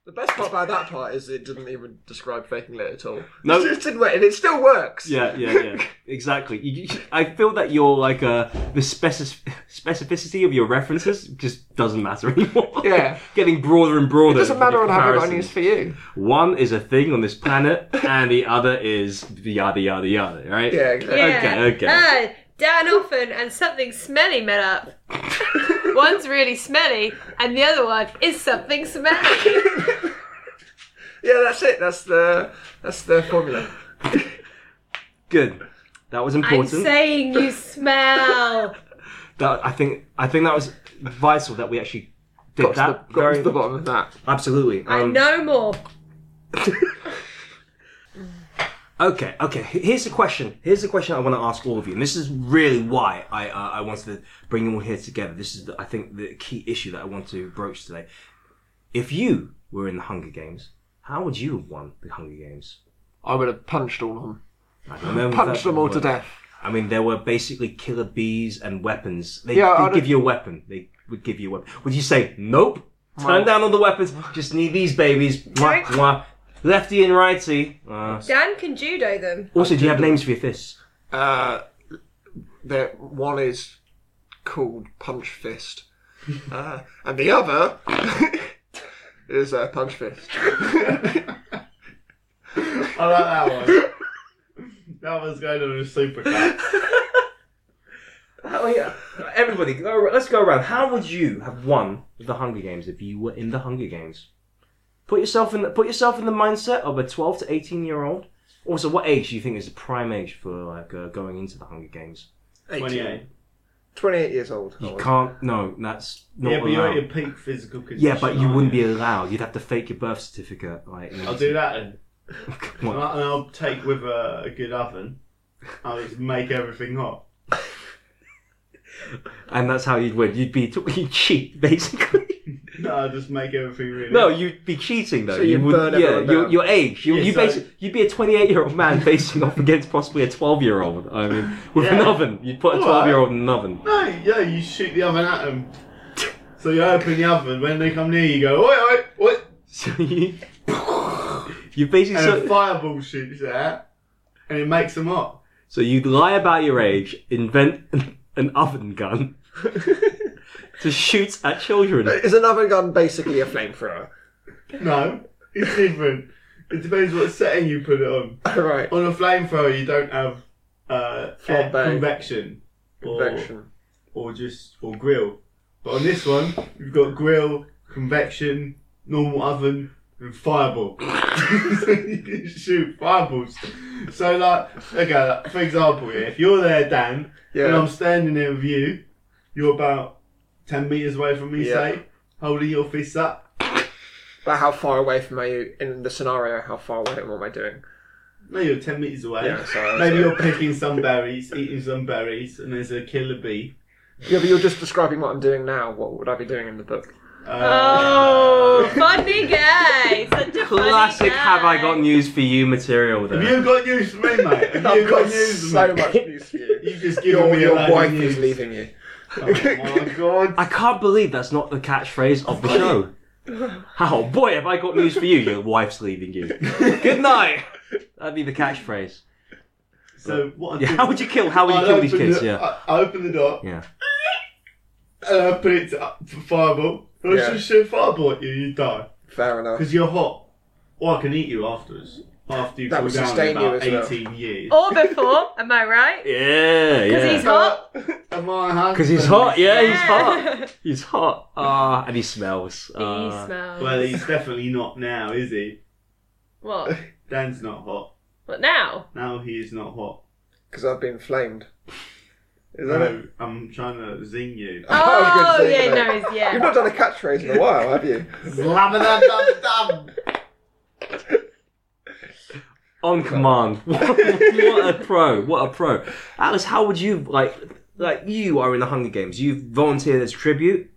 Speaker 6: The best part about that part is it didn't even describe Faking It at all.
Speaker 1: No.
Speaker 6: It just didn't work, and it still works.
Speaker 1: Yeah, yeah, yeah. exactly. You, you- I feel that your like uh, the specif- specificity of your references just doesn't matter anymore.
Speaker 6: Yeah.
Speaker 1: getting broader and broader.
Speaker 6: It doesn't
Speaker 1: with the
Speaker 6: matter on Have I Got
Speaker 1: comparisons.
Speaker 6: News for You.
Speaker 1: One is a thing on this planet, and the other is the yada yada yada. Right?
Speaker 6: Yeah, exactly.
Speaker 5: Yeah.
Speaker 1: Okay, okay.
Speaker 5: Ah, Dan Offen and something smelly met up. One's really smelly, and the other one is something smelly.
Speaker 6: Yeah, that's it. That's the that's the formula.
Speaker 1: Good. That was
Speaker 5: I'm
Speaker 1: important.
Speaker 5: saying you smell.
Speaker 1: that I think I think that was vital that we actually did
Speaker 6: Got, to,
Speaker 1: that.
Speaker 6: the, got
Speaker 1: very
Speaker 6: to the bottom of that.
Speaker 1: absolutely.
Speaker 5: I
Speaker 1: Um,
Speaker 5: know more.
Speaker 1: Okay, okay. H- Here's the question. Here's the question I want to ask all of you, and this is really why I uh, I wanted to bring you all here together. This is, the, I think, the key issue that I want to broach today. If you were in the Hunger Games, how would you have won the Hunger Games?
Speaker 6: I would have punched all of them.
Speaker 1: I don't know if
Speaker 6: Punched
Speaker 1: that
Speaker 6: them all
Speaker 1: would
Speaker 6: to
Speaker 1: work.
Speaker 6: death.
Speaker 1: I mean, there were basically killer bees and weapons. They,
Speaker 6: Yeah,
Speaker 1: they
Speaker 6: I'd-
Speaker 1: give you a weapon. They would give you a weapon. Would you say nope? Turn down all the weapons. Just need these babies. Mwah,
Speaker 5: Nope.
Speaker 1: mwah. Lefty and righty. Uh,
Speaker 5: Dan can judo them.
Speaker 1: also, do you have names for your fists?
Speaker 6: Uh, there one is called Punch Fist, uh, and the other is uh, Punch Fist.
Speaker 4: I like that one. That one's going on a super cut.
Speaker 1: Oh yeah, everybody, go, let's go around. How would you have won the Hunger Games if you were in the Hunger Games? Put yourself in the, put yourself in the mindset of a twelve to eighteen year old. Also, what age do you think is the prime age for like uh, going into the Hunger Games?
Speaker 4: 28.
Speaker 6: 28 years old. I
Speaker 1: You
Speaker 6: was.
Speaker 1: can't. No, that's not
Speaker 4: Yeah, but you're at
Speaker 1: allowed.
Speaker 4: your peak physical condition.
Speaker 1: yeah, but you
Speaker 4: aren't
Speaker 1: wouldn't be allowed. You'd have to fake your birth certificate. Like,
Speaker 4: I'll do that then.
Speaker 1: Come
Speaker 4: And
Speaker 1: on.
Speaker 4: I'll, and I'll take with a, a good oven. I'll just make everything hot.
Speaker 1: And that's how you'd win. You'd be you cheat basically.
Speaker 4: No, I'll just make everything really
Speaker 1: No,
Speaker 4: hot.
Speaker 1: you'd be cheating though.
Speaker 6: So you'd burn
Speaker 1: yeah,
Speaker 6: everyone
Speaker 1: your,
Speaker 6: down.
Speaker 1: your age. You,
Speaker 4: Yeah,
Speaker 1: you
Speaker 4: so-
Speaker 1: basi- you'd be a 28 year old man facing off against possibly a 12 year old. I mean, with an
Speaker 4: Yeah.
Speaker 1: oven. You'd put a
Speaker 4: Alright.
Speaker 1: 12 year old in an oven.
Speaker 4: No, yeah, you shoot the oven at them. So you open the oven, when they come near you go, oi, oi, oi,
Speaker 1: So you, you basically.
Speaker 4: and a
Speaker 1: So,
Speaker 4: fireball shoots out, and it makes them hot.
Speaker 1: so you'd lie about your age, invent an, an oven gun to shoot at children.
Speaker 6: Uh, Is an oven gun basically a flamethrower?
Speaker 4: No, It's different. It depends what setting you put it on.
Speaker 6: All right.
Speaker 4: On a flamethrower, you don't have uh, air-
Speaker 6: Flambe.
Speaker 4: convection, or-
Speaker 6: Convection.
Speaker 4: Or, just or grill. But on this one, you've got grill, convection, normal oven, and fireball. so you can shoot fireballs. So like, okay, like, for example, yeah, if you're there, Dan, and
Speaker 6: Yeah.
Speaker 4: I'm standing there with you, you're about ten meters away from me,
Speaker 6: Yeah.
Speaker 4: say, holding your fists up.
Speaker 6: But how far away from are you in the scenario? How far away? What am I doing?
Speaker 4: No, you're 10 metres away.
Speaker 6: Yeah, sorry,
Speaker 4: Maybe
Speaker 6: sorry.
Speaker 4: you're picking some berries, eating some berries, and there's a killer bee.
Speaker 6: Yeah, but you're just describing what I'm doing now. What would I be doing in the book?
Speaker 4: Uh,
Speaker 5: Oh, funny guy. Such a funny
Speaker 1: Classic
Speaker 5: guy.
Speaker 1: have I got news for you material
Speaker 4: Have
Speaker 1: there.
Speaker 4: you got news for me, mate? Have you got
Speaker 6: I've got
Speaker 4: news for
Speaker 6: so
Speaker 4: me?
Speaker 6: much news for you.
Speaker 4: You've just given me
Speaker 6: Your,
Speaker 4: a
Speaker 6: your
Speaker 4: load of
Speaker 6: wife
Speaker 4: news.
Speaker 6: is leaving you.
Speaker 4: Oh my god.
Speaker 1: I can't believe that's not the catchphrase of the show. How boy, have I got news for you? Your wife's leaving you. Good night. That'd be the catchphrase.
Speaker 4: So, what I
Speaker 1: Yeah,
Speaker 4: do-
Speaker 1: how would you kill? How would you
Speaker 4: I
Speaker 1: kill these
Speaker 4: open
Speaker 1: kids?
Speaker 4: the-
Speaker 1: Yeah,
Speaker 4: I, I open the door
Speaker 1: yeah.
Speaker 4: and I put it to, up for fireball. If I
Speaker 6: Yeah.
Speaker 4: just shoot fireball at you, you die.
Speaker 6: Fair enough.
Speaker 4: Because you're hot. Or I can eat you afterwards. After you
Speaker 6: That
Speaker 4: cool
Speaker 6: would
Speaker 4: down in
Speaker 6: sustain you
Speaker 4: about
Speaker 6: as well.
Speaker 4: 18 years.
Speaker 5: Or before, am I right?
Speaker 1: Yeah,
Speaker 5: Because
Speaker 1: yeah.
Speaker 5: he's hot.
Speaker 4: Am I hot?
Speaker 1: Because he's hot. Yeah, he's hot.
Speaker 5: Yeah.
Speaker 1: He's hot. Ah, and he smells.
Speaker 5: he
Speaker 1: Ah.
Speaker 5: smells.
Speaker 4: Well, he's definitely not now, is he?
Speaker 5: What?
Speaker 4: Dan's not hot.
Speaker 5: What now?
Speaker 4: Now he is not hot.
Speaker 6: Because I've been flamed. Is that it?
Speaker 4: No, I'm trying to zing you.
Speaker 6: I was gonna
Speaker 5: Oh,
Speaker 6: say
Speaker 5: yeah,
Speaker 6: that.
Speaker 5: no, he's
Speaker 6: You've
Speaker 5: yeah.
Speaker 6: not done a catchphrase in a while, have you?
Speaker 1: on command. what a pro! What a pro! Alice, how would you like? Like you are in the Hunger Games. You've volunteered as tribute.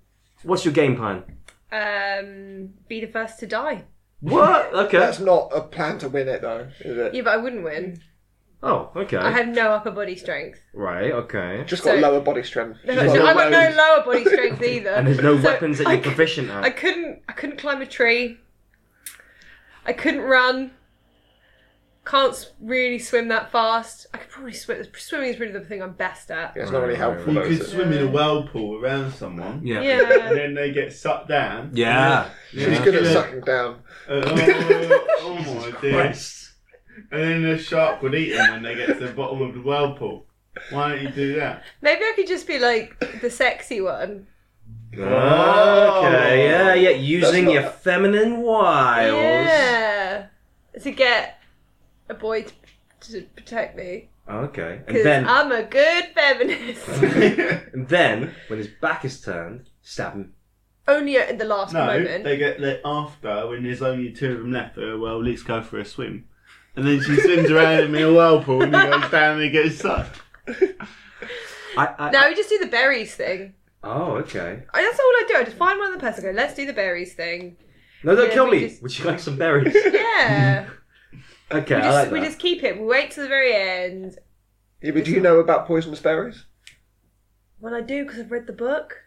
Speaker 1: What's your game plan?
Speaker 5: Um, be the first to die.
Speaker 1: What? Okay.
Speaker 6: That's not a plan to win it, though, is it?
Speaker 5: Yeah, but I wouldn't win.
Speaker 1: Oh,
Speaker 5: I
Speaker 1: okay.
Speaker 5: have no upper body strength.
Speaker 1: Right. Okay.
Speaker 6: Just got
Speaker 5: So-
Speaker 6: lower body strength.
Speaker 5: No,
Speaker 6: Just
Speaker 5: I've
Speaker 1: no
Speaker 5: got no
Speaker 6: loads.
Speaker 5: lower body strength either.
Speaker 1: And there's no
Speaker 5: So
Speaker 1: weapons that
Speaker 5: I
Speaker 1: you're
Speaker 5: c-
Speaker 1: proficient
Speaker 5: I
Speaker 1: at.
Speaker 5: couldn't. I couldn't climb a tree. I couldn't run. Can't s- really swim that fast. I could probably swim. Swimming is really the thing I'm best at.
Speaker 6: Yeah, it's not really helpful.
Speaker 4: You
Speaker 6: Though,
Speaker 4: could
Speaker 6: is it?
Speaker 4: swim in a whirlpool around someone,
Speaker 1: Yeah. Yeah.
Speaker 5: Yeah.
Speaker 4: and then they get sucked down.
Speaker 1: Yeah.
Speaker 4: Yeah.
Speaker 6: She's good at sucking down.
Speaker 4: Uh, oh, oh my dear! And then the shark would eat them when they get to the bottom of the whirlpool. Why don't you do that?
Speaker 5: Maybe I could just be like the sexy one.
Speaker 1: Oh. Okay. Yeah. Yeah. Using
Speaker 6: Oh. not-
Speaker 1: your feminine wiles.
Speaker 5: Yeah. To get a boy to, to protect me.
Speaker 1: Okay. And
Speaker 5: Because
Speaker 1: then,
Speaker 5: I'm a good feminist.
Speaker 1: and then, when his back is turned, stab him.
Speaker 5: Only at the last
Speaker 4: no,
Speaker 5: moment.
Speaker 4: they get let after when there's only two of them left. They go, well, let's go for a swim. And then she swims around him in a whirlpool, and he goes down and he gets sucked.
Speaker 1: I. I
Speaker 5: No, we just do the berries thing.
Speaker 1: Oh, okay.
Speaker 5: I- That's all I do. I just find one of the person. Go, let's do the berries thing.
Speaker 1: No, don't
Speaker 5: Yeah,
Speaker 1: kill
Speaker 5: we
Speaker 1: me.
Speaker 5: just-
Speaker 1: Would you like some berries?
Speaker 5: Yeah.
Speaker 1: Okay,
Speaker 5: we
Speaker 1: I
Speaker 5: just
Speaker 1: like
Speaker 5: we
Speaker 1: that.
Speaker 5: just keep it. We wait till the very end.
Speaker 6: Yeah, but do you know about poisonous berries?
Speaker 5: Well, I do because I've read the book.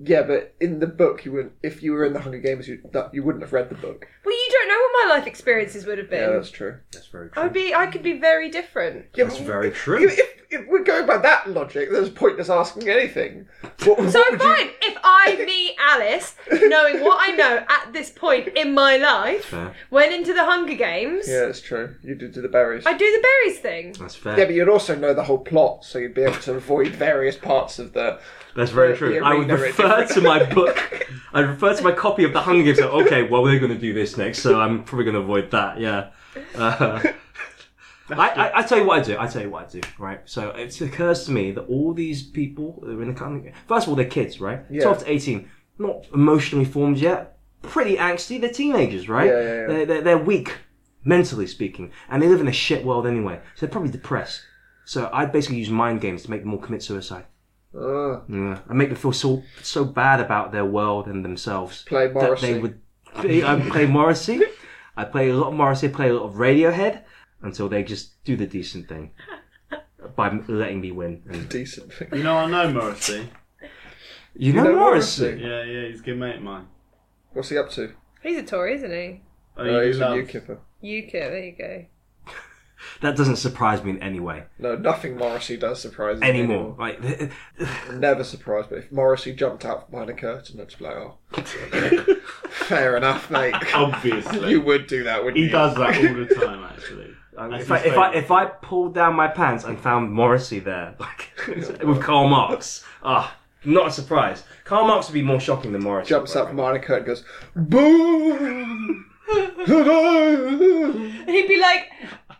Speaker 6: Yeah, but in the book, you wouldn't. If you were in the Hunger Games, you that, you wouldn't have read the book.
Speaker 5: Well, you don't know what my life experiences would have
Speaker 6: Yeah,
Speaker 5: been.
Speaker 6: that's true.
Speaker 1: That's very
Speaker 5: I would be. I could be very different.
Speaker 6: Yeah,
Speaker 1: That's
Speaker 6: but
Speaker 1: very
Speaker 6: if-
Speaker 1: true.
Speaker 6: If, if, if we're going by that logic, there's pointless asking anything. What,
Speaker 5: So
Speaker 6: what would you-
Speaker 5: fine. If I, me, Alice, knowing what I know at this point in my life,
Speaker 1: fair.
Speaker 5: went into the Hunger Games,
Speaker 6: Yeah, that's true. You do do the berries.
Speaker 5: I do the berries thing.
Speaker 1: That's fair.
Speaker 6: Yeah, but you'd also know the whole plot, so you'd be able to avoid various parts of the.
Speaker 1: That's very
Speaker 6: the-
Speaker 1: true.
Speaker 6: the
Speaker 1: I would
Speaker 6: arena are
Speaker 1: refer to my book. I'd refer to my copy of The Hunger Games. and, okay, well, we're going to do this next, so I'm probably going to avoid that. Yeah. Uh, I, I, I tell you what I do. I tell you what I do. Right. So it occurs to me that all these people that are in the Hunger First of all, they're kids, right?
Speaker 6: Yeah.
Speaker 1: Twelve to eighteen, not emotionally formed yet. Pretty angsty. They're teenagers, right?
Speaker 6: Yeah, yeah, yeah.
Speaker 1: They're, they're, they're weak, mentally speaking, and they live in a shit world anyway. So they're probably depressed. So I basically use mind games to make them all commit suicide.
Speaker 6: Ugh.
Speaker 1: Yeah, I make them feel so so bad about their world and themselves.
Speaker 6: Play
Speaker 1: That
Speaker 6: Morrissey.
Speaker 1: they would. I play Morrissey. I play a lot of Morrissey. I play a lot of Radiohead until they just do the decent thing by letting me win. And-
Speaker 6: Decent thing.
Speaker 4: You know, I know Morrissey.
Speaker 1: you know
Speaker 6: know
Speaker 1: Morrissey.
Speaker 6: Morrissey?
Speaker 4: Yeah, yeah, he's a good mate of mine.
Speaker 6: What's he up to?
Speaker 5: He's a Tory, isn't he?
Speaker 4: Oh,
Speaker 6: Oh,
Speaker 4: he
Speaker 6: he's a
Speaker 4: loves-
Speaker 6: UKIPper.
Speaker 5: UKIP. There you go.
Speaker 1: that doesn't surprise me in any way
Speaker 6: No, nothing Morrissey does surprises me
Speaker 1: anymore. Like,
Speaker 6: anymore. Never surprised, but if Morrissey jumped out behind a curtain, I'd just be like, oh, fair enough, mate.
Speaker 4: Obviously.
Speaker 6: you would do that, wouldn't
Speaker 4: He
Speaker 6: you?
Speaker 4: does that all the time, actually. That's
Speaker 1: if I,
Speaker 4: his
Speaker 1: if I
Speaker 4: favourite.
Speaker 1: if I pulled down my pants and found Morrissey there, like with Karl Marx, ah, not a surprise. Karl Marx would be more shocking than Morrissey.
Speaker 6: Jumps
Speaker 1: by
Speaker 6: up
Speaker 1: the way.
Speaker 6: behind a curtain, goes, boom. Hello!
Speaker 5: And he'd be like,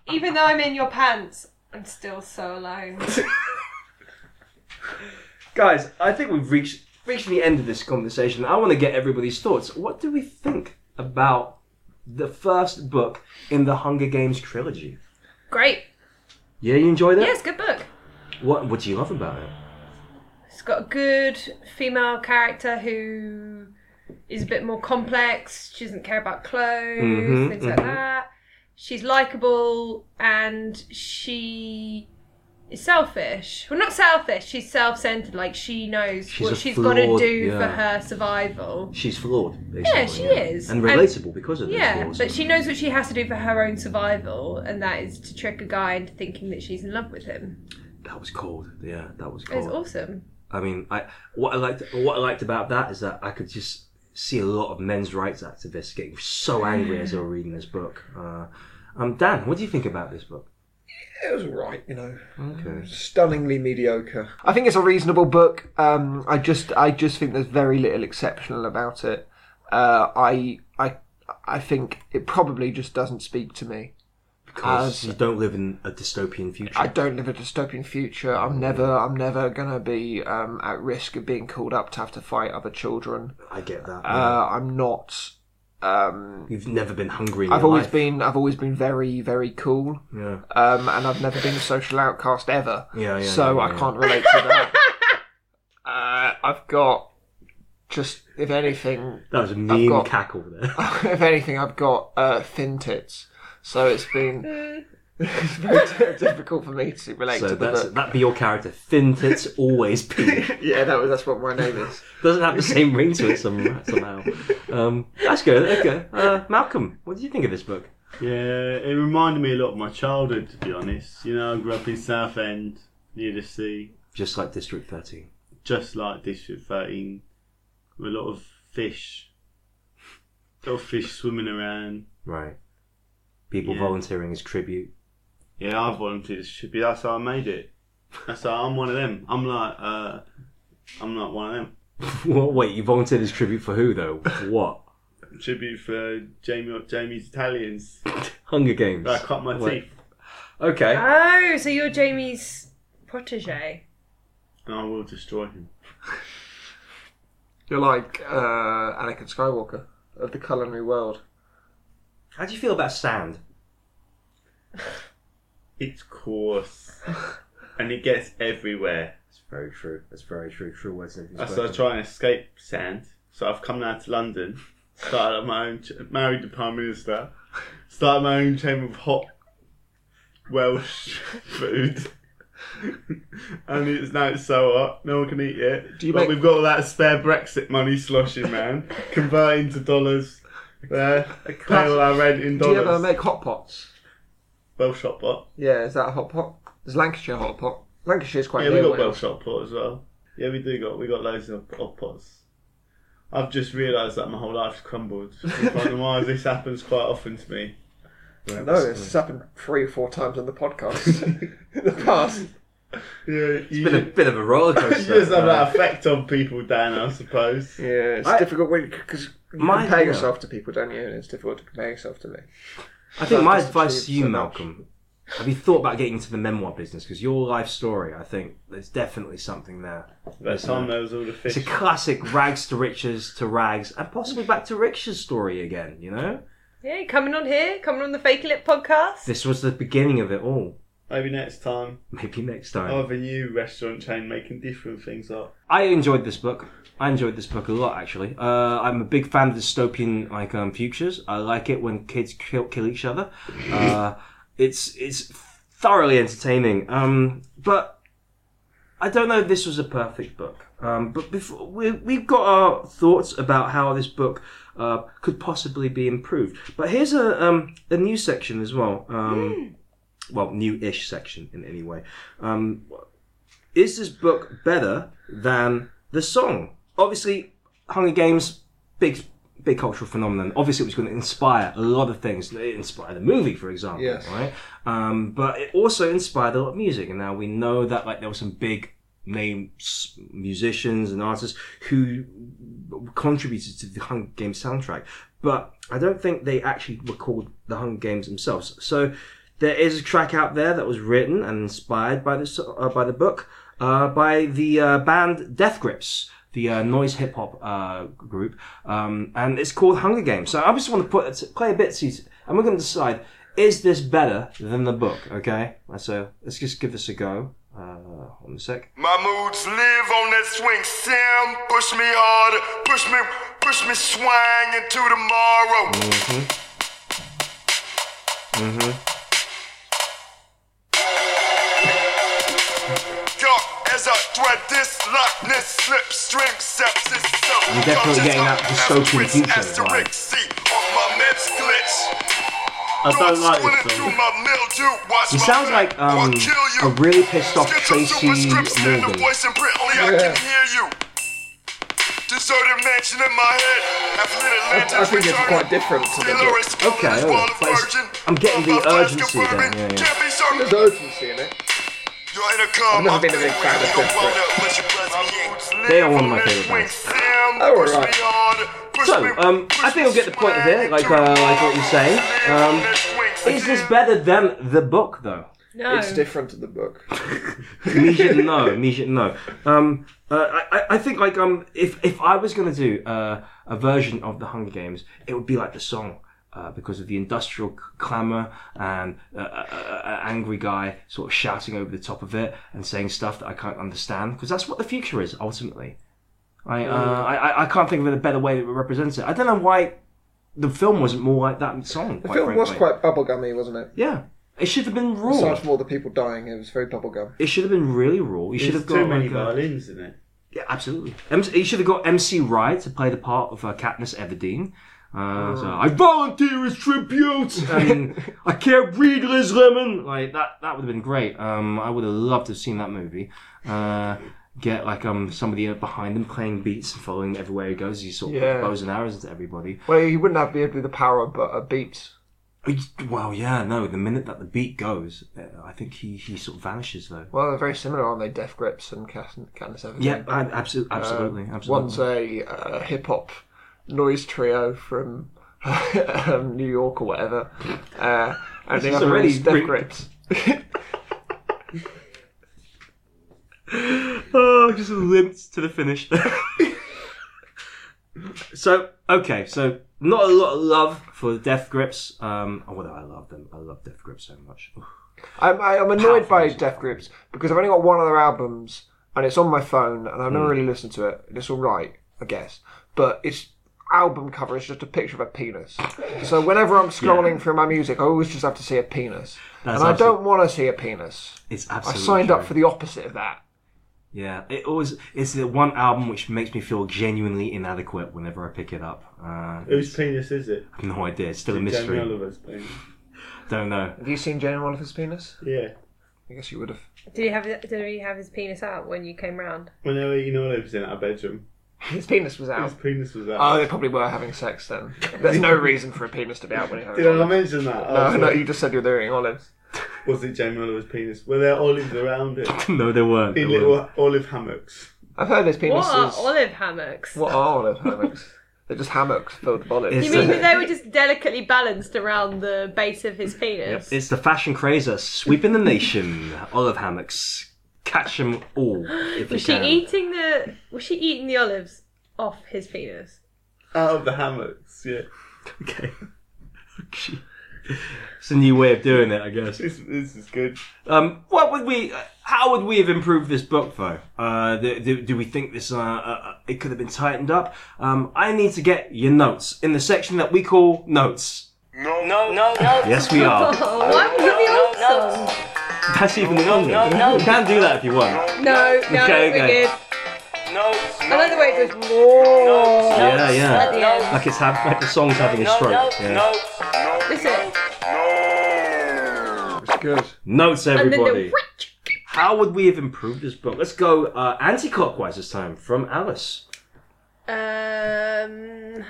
Speaker 5: even though I'm in your pants, I'm still so alone.
Speaker 1: Guys, I think we've reached reached the end of this conversation. I want to get everybody's thoughts. What do we think about the first book in the Hunger Games trilogy?
Speaker 5: Great.
Speaker 1: Yeah, you enjoyed it.
Speaker 5: Yes, good book.
Speaker 1: What What do you love about it?
Speaker 5: It's got a good female character who is a bit more complex. She doesn't care about clothes,
Speaker 1: Mhm,
Speaker 5: things like
Speaker 1: mhm.
Speaker 5: that. She's likable and she is selfish. Well, not selfish. She's self-centered. Like she knows
Speaker 1: She's a
Speaker 5: what she's got to
Speaker 1: flawed-
Speaker 5: do for
Speaker 1: yeah.
Speaker 5: her survival.
Speaker 1: She's flawed. Basically,
Speaker 5: she is.
Speaker 1: and
Speaker 5: And-
Speaker 1: relatable because of those
Speaker 5: Yeah,
Speaker 1: flaws.
Speaker 5: but she knows what she has to do for her own survival, and that is to trick a guy into thinking that she's in love with him.
Speaker 1: that was cold. Yeah, that was
Speaker 5: It was
Speaker 1: cold.
Speaker 5: awesome.
Speaker 1: I mean, I what I liked what I liked about that is that I could just see a lot of men's rights activists getting so angry as they were reading this book. Uh, um, Dan, what do you think about this book?
Speaker 6: It was alright, you know.
Speaker 1: Okay.
Speaker 6: Stunningly mediocre.
Speaker 3: I think it's a reasonable book. Um, I just I just think there's very little exceptional about it. Uh, I I I think it probably just doesn't speak to me.
Speaker 1: Because
Speaker 3: As-
Speaker 1: you don't live in a dystopian future.
Speaker 3: I don't live a dystopian future. I'm never I'm never gonna be um, at risk of being called up to have to fight other children.
Speaker 1: I get that.
Speaker 3: Uh, I'm not. Um,
Speaker 1: You've never been hungry. In
Speaker 3: I've
Speaker 1: your
Speaker 3: always
Speaker 1: life.
Speaker 3: been I've always been very very cool.
Speaker 1: Yeah.
Speaker 3: um, and I've never been a social outcast ever.
Speaker 1: Yeah, yeah,
Speaker 3: So
Speaker 1: yeah,
Speaker 3: I
Speaker 1: yeah.
Speaker 3: can't relate to that. uh, I've got just if anything,
Speaker 1: That was a mean
Speaker 3: got-
Speaker 1: cackle there.
Speaker 3: if anything, I've got uh, thin tits. So it's been it's very di- difficult for me to relate
Speaker 1: so
Speaker 3: to the
Speaker 1: that's,
Speaker 3: book.
Speaker 1: that'd be your character. Thin tits always pee.
Speaker 3: Yeah, that was, that's what my name is.
Speaker 1: Doesn't have the same ring to it somehow. somehow. Um, that's good. Okay. Uh, Malcolm, what did you think of this book?
Speaker 4: Yeah, it reminded me a lot of my childhood, to be honest. You know, I grew up in Southend, near the sea,
Speaker 1: Just like District 13.
Speaker 4: just like District 13, with a lot of fish. A lot of fish swimming around.
Speaker 1: Right. People
Speaker 4: Yeah.
Speaker 1: volunteering as tribute.
Speaker 4: Yeah, I volunteered. It should be that's how I made it. That's how I'm one of them. I'm like, uh, I'm not one of them.
Speaker 1: Well, wait, you volunteered as tribute for who though? What?
Speaker 4: Tribute for Jamie, Jamie's Italians.
Speaker 1: Hunger Games.
Speaker 4: I cut my
Speaker 1: Wait.
Speaker 4: teeth,
Speaker 1: Okay.
Speaker 5: Oh, so you're Jamie's protege.
Speaker 4: and I will destroy him.
Speaker 6: You're like uh, Anakin Skywalker of the culinary world.
Speaker 1: How do you feel about sand?
Speaker 4: It's coarse, and it gets everywhere.
Speaker 1: That's very true. That's very true. True words. and everything's
Speaker 4: I started
Speaker 1: spoken.
Speaker 4: trying to escape sand, so I've come down to London, started up my own, ch- married the Prime Minister, started my own chain of hot Welsh food. and it's now it's so hot, no one can eat it.
Speaker 3: you
Speaker 4: but
Speaker 3: make-
Speaker 4: we've got all that spare Brexit money sloshing, man. Convert into dollars. There, pay all our rent in
Speaker 3: Do you ever
Speaker 4: dollars.
Speaker 3: make hot pots?
Speaker 4: Welsh hot pot.
Speaker 3: Yeah, is that a hot pot? Is Lancashire a hot pot? Lancashire's quite
Speaker 4: Yeah, we
Speaker 3: near
Speaker 4: got
Speaker 3: Wales.
Speaker 4: Welsh hot pot as well. Yeah, we do got we got loads of hot pots. I've just realised that my whole life's crumbled. I don't know why this happens quite often to me.
Speaker 6: No, this has happened three or four times on the podcast in the past.
Speaker 4: Yeah, you
Speaker 1: Been a bit of a roller
Speaker 4: you
Speaker 1: coaster.
Speaker 4: just have
Speaker 1: uh,
Speaker 4: that effect on people, Dan. I suppose.
Speaker 6: Yeah, it's
Speaker 1: I-
Speaker 6: difficult because you
Speaker 1: My-
Speaker 6: compare
Speaker 1: yeah.
Speaker 6: yourself to people, don't you? And it's difficult to compare yourself to me.
Speaker 1: I think my
Speaker 6: I've just
Speaker 1: advice to
Speaker 6: achieved
Speaker 1: you,
Speaker 6: so much.
Speaker 1: Malcolm, have you thought about getting into the memoir business? Because your life story, I think, there's definitely something there.
Speaker 4: That time there was all the fish.
Speaker 1: It's a classic rags to riches to rags and possibly back to riches story again, you know?
Speaker 5: Yeah, coming on here, coming on the Fake Lip podcast.
Speaker 1: This was the beginning of it all.
Speaker 4: Maybe next time
Speaker 1: Maybe next time.
Speaker 6: Oh.
Speaker 4: I'll have a new restaurant chain making different things up.
Speaker 1: I enjoyed this book. I enjoyed this book a lot, actually. Uh, I'm a big fan of dystopian like um, futures. I like it when kids kill, kill each other. Uh, it's it's thoroughly entertaining. Um, but I don't know if this was a perfect book. Um, but before we, we've got our thoughts about how this book uh, could possibly be improved. But here's a um, a new section as well. Um, well, new-ish section in any way. Um, is this book better than the song? Obviously, Hunger Games, big, big cultural phenomenon. Obviously, it was going to inspire a lot of things. It inspired the movie, for example,
Speaker 6: Yes.
Speaker 1: right? Um, but it also inspired a lot of music, and now we know that like there were some big name s- musicians and artists who contributed to the Hunger Games soundtrack. But I don't think they actually were called the Hunger Games themselves. So there is a track out there that was written and inspired by this uh, by the book uh, by the uh, band Death Grips, the uh, noise hip hop uh, group, um, and it's called Hunger Games. So I just want to put play a bit, see, and we're going to decide is this better than the book. Okay, uh, so let's just give this a go. Uh, one sec.
Speaker 7: My moods live on that swing, Sam. Push me harder, push me, push me swang into tomorrow.
Speaker 1: Mm-hmm.
Speaker 7: Yo, as I thread this likeness, slipstream, sepsis, self.
Speaker 1: I'm definitely getting that dystopian
Speaker 7: Asterisk,
Speaker 1: future
Speaker 7: asterisk,
Speaker 1: vibe.
Speaker 7: see, on my lips glitch.
Speaker 4: I don't like
Speaker 7: Squinting
Speaker 4: this
Speaker 7: through
Speaker 4: song.
Speaker 7: my mildew, watch
Speaker 1: He
Speaker 7: my
Speaker 1: sounds
Speaker 7: back,
Speaker 1: like um,
Speaker 7: I'll kill you.
Speaker 1: a really pissed off
Speaker 7: Get your
Speaker 1: Tracy
Speaker 7: superscripts in the
Speaker 1: Morgan.
Speaker 7: voice and print, only I can hear you. Deserted mansion in my head. Half lit lanterns
Speaker 6: I think it's
Speaker 7: returning.
Speaker 6: quite different to the
Speaker 7: Still
Speaker 6: book.
Speaker 7: a response,
Speaker 1: Okay,
Speaker 7: this
Speaker 1: all
Speaker 7: wall
Speaker 1: right,
Speaker 7: of
Speaker 1: but it's-
Speaker 7: virgin.
Speaker 1: I'm getting the
Speaker 7: My flesh
Speaker 1: urgency there,
Speaker 7: confirming.
Speaker 1: yeah, yeah.
Speaker 7: Can't be certain.
Speaker 6: There's urgency in it.
Speaker 7: You're in a club,
Speaker 6: I've never been a
Speaker 7: I'm
Speaker 6: big fan of
Speaker 7: thinking
Speaker 6: Death
Speaker 7: you don't want that, but you bless me.
Speaker 1: They are one of my favourite bands.
Speaker 7: Oh,
Speaker 6: all right.
Speaker 1: So, um, I think I'll get the point of it, like, uh, like what you're saying. Um, is this better than the book, though?
Speaker 5: No.
Speaker 6: It's different to the book.
Speaker 1: me should know. Me should know. Um, uh, I, I- I think like um, if if I was gonna do uh, a version of the Hunger Games, it would be like the song. Uh, because of the industrial c- clamor and uh, uh, uh, angry guy sort of shouting over the top of it and saying stuff that I can't understand, because that's what the future is ultimately. I, uh,
Speaker 6: Mm.
Speaker 1: I I- I can't think of a better way that represents it. I don't know why the film wasn't more like that song.
Speaker 6: The
Speaker 1: quite
Speaker 6: film was
Speaker 1: frankly.
Speaker 6: quite bubblegummy, wasn't it?
Speaker 1: yeah. It should have been raw.
Speaker 6: Aside from all the people dying, it was very bubblegum.
Speaker 1: It should have been really raw. You should
Speaker 4: There's
Speaker 1: have
Speaker 4: too
Speaker 1: got
Speaker 4: many
Speaker 1: like a-
Speaker 4: violins in it.
Speaker 1: Yeah, absolutely. M- he should have got MC Ride to play the part of uh, Katniss Everdeen. Uh, so I volunteer as tribute. I mean, I can't read Liz Lemon. Like that, that would have been great. Um, I would have loved to have seen that movie. Uh, get like um somebody behind him playing beats and following everywhere he goes. He sort of
Speaker 3: Yeah.
Speaker 1: puts bows and arrows into everybody.
Speaker 3: Well, he wouldn't have be able to do the power of uh, beats.
Speaker 1: Well, yeah, no. The minute that the beat goes, uh, I think he he sort of vanishes though.
Speaker 3: Well, they're very similar, aren't they? Death Grips and Cat- Katniss Everdeen.
Speaker 1: Yeah, I, absolutely, absolutely, absolutely.
Speaker 3: One's a uh, hip hop noise trio from um, New York or whatever, uh, and the
Speaker 1: is
Speaker 3: other
Speaker 1: already
Speaker 3: is Death
Speaker 1: pretty-
Speaker 3: Grips.
Speaker 1: Oh, I just limped to the finish. so okay, so not a lot of love for Death Grips. Um, oh, well, I love them. I love Death Grips so much.
Speaker 3: I'm, I- I'm annoyed
Speaker 1: Powerful
Speaker 3: by
Speaker 1: music.
Speaker 3: Death Grips because I've only got one of their albums and it's on my phone and I've never
Speaker 1: Hmm.
Speaker 3: really listened to it. And it's all right, I guess, but its album cover is just a picture of a penis. So whenever I'm scrolling through my music, I always just have to see a penis,
Speaker 1: That's
Speaker 3: and I
Speaker 1: absolute-
Speaker 3: don't want to see a penis.
Speaker 1: It's
Speaker 3: I
Speaker 1: absolutely.
Speaker 3: signed up
Speaker 1: true.
Speaker 3: for the opposite of that.
Speaker 1: Yeah, it always. It's the one album which makes me feel genuinely inadequate whenever I pick it up. Uh,
Speaker 4: Whose penis is it?
Speaker 1: I have no idea. It's still a
Speaker 4: Jamie
Speaker 1: mystery.
Speaker 4: Oliver's penis.
Speaker 1: Don't know.
Speaker 3: Have you seen Jane Oliver's penis?
Speaker 4: Yeah.
Speaker 3: I guess you would have.
Speaker 5: Did he have did he have his penis out when you came round?
Speaker 4: When they were eating olives in our bedroom,
Speaker 3: His penis was out.
Speaker 4: his penis was out.
Speaker 3: Oh, they probably were having sex then. There's no reason for a penis to be out when you're having
Speaker 4: Did I
Speaker 3: olives.
Speaker 4: mention that? Oh,
Speaker 3: No, no,
Speaker 4: sorry.
Speaker 3: you just said you were eating olives.
Speaker 4: Was it Jamie Oliver's penis? Were there olives around it?
Speaker 1: No, they weren't. They
Speaker 4: In
Speaker 1: weren't.
Speaker 4: little olive hammocks.
Speaker 3: I've heard his penis
Speaker 5: What are
Speaker 3: is...
Speaker 5: olive hammocks?
Speaker 3: What are olive hammocks? They're just hammocks filled with olives.
Speaker 1: You
Speaker 5: You mean that they were just delicately balanced around the base of his penis?
Speaker 1: It's the fashion craze that's sweeping the nation. Olive hammocks, catch them all. If
Speaker 5: was
Speaker 1: you
Speaker 5: she
Speaker 1: can.
Speaker 5: eating the was she eating the olives off his penis?
Speaker 4: Out of the hammocks, yeah.
Speaker 1: Okay. it's a new way of doing it, I guess.
Speaker 4: This, this is good.
Speaker 1: Um, what would we? How would we have improved this book, though? Uh, do, do, do we think this? Uh, uh, it could have been tightened up. Um, I need to get your notes in the section that we call notes.
Speaker 7: No,
Speaker 2: No, no, no.
Speaker 1: Yes, we are.
Speaker 5: Oh, I'm
Speaker 2: no, no,
Speaker 5: really
Speaker 2: no.
Speaker 5: awesome.
Speaker 1: That's even longer.
Speaker 2: no.
Speaker 1: You can do that if you want.
Speaker 5: No, no,
Speaker 1: Okay,
Speaker 5: we're
Speaker 1: okay.
Speaker 5: good.
Speaker 2: No,
Speaker 5: I like the way it goes. Whoa.
Speaker 1: Yeah,
Speaker 2: at
Speaker 1: yeah.
Speaker 2: the end.
Speaker 1: Like it's have, like the song's having a
Speaker 2: No, no,
Speaker 1: stroke. Yeah.
Speaker 2: no.
Speaker 5: Listen,
Speaker 7: no.
Speaker 6: Good.
Speaker 1: Notes,
Speaker 5: And then
Speaker 1: everybody.
Speaker 5: the
Speaker 1: How would we have improved this book? Let's go uh, anti-clockwise this time from Alice.
Speaker 5: Um,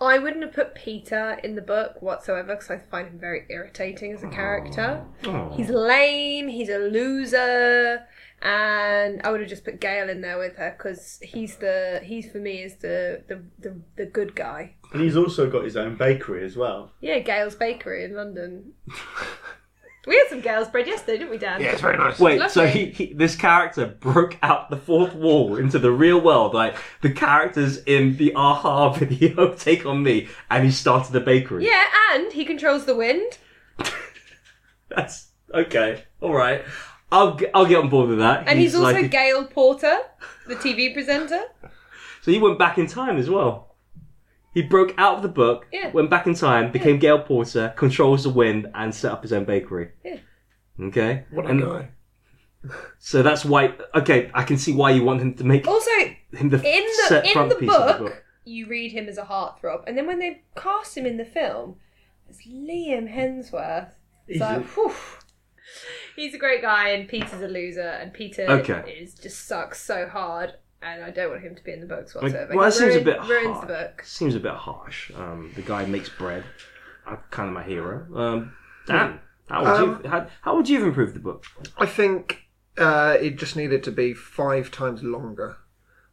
Speaker 5: I wouldn't have put Peter in the book whatsoever because I find him very irritating as a character. He's lame. He's a loser. And I would have just put Gail in there with her because he's the he's for me is the, the the the good guy.
Speaker 4: And he's also got his own bakery as well.
Speaker 5: Yeah, Gail's Bakery in London. we had some Gail's bread yesterday, didn't we, Dan?
Speaker 3: Yeah, it's very nice.
Speaker 1: Wait, so
Speaker 5: Lovely.
Speaker 1: he, he this character broke out the fourth wall into the real world, like the characters in the Aha video Take on Me, and he started a bakery.
Speaker 5: Yeah, and he controls the wind.
Speaker 1: That's okay. All right, I'll g- I'll get on board with that.
Speaker 5: And he's, also
Speaker 1: like-
Speaker 5: Gail Porter, the TV presenter.
Speaker 1: so he went back in time as well. He broke out of the book,
Speaker 5: Yeah.
Speaker 1: went back in time, became Gail Porter, controls the wind, and set up his own bakery.
Speaker 5: Yeah.
Speaker 1: Okay.
Speaker 6: What a
Speaker 1: And-
Speaker 6: guy.
Speaker 1: So that's why. Okay, I can see why you want him to make
Speaker 5: Also,
Speaker 1: him the
Speaker 5: Oh, in the
Speaker 1: set
Speaker 5: in
Speaker 1: front
Speaker 5: the
Speaker 1: piece
Speaker 5: book,
Speaker 1: of the book.
Speaker 5: you read him as a heartthrob, and then when they cast him in the film, it's Liam Hemsworth. It's like, whew. He's a great guy, and Peter's a loser, and Peter
Speaker 1: Okay.
Speaker 5: is just sucks so hard, and I don't want him to be in the books
Speaker 1: Like,
Speaker 5: whatsoever.
Speaker 1: well, that
Speaker 5: He
Speaker 1: seems a
Speaker 5: ruined-
Speaker 1: bit
Speaker 5: ruins
Speaker 1: harsh.
Speaker 5: the book.
Speaker 1: Seems a bit harsh. Um, the guy makes bread. I'm kind of my hero. Um,
Speaker 5: Hmm.
Speaker 1: Dan, how would
Speaker 6: Um,
Speaker 1: you how, how would you have improved the book?
Speaker 6: I think uh, it just needed to be five times longer.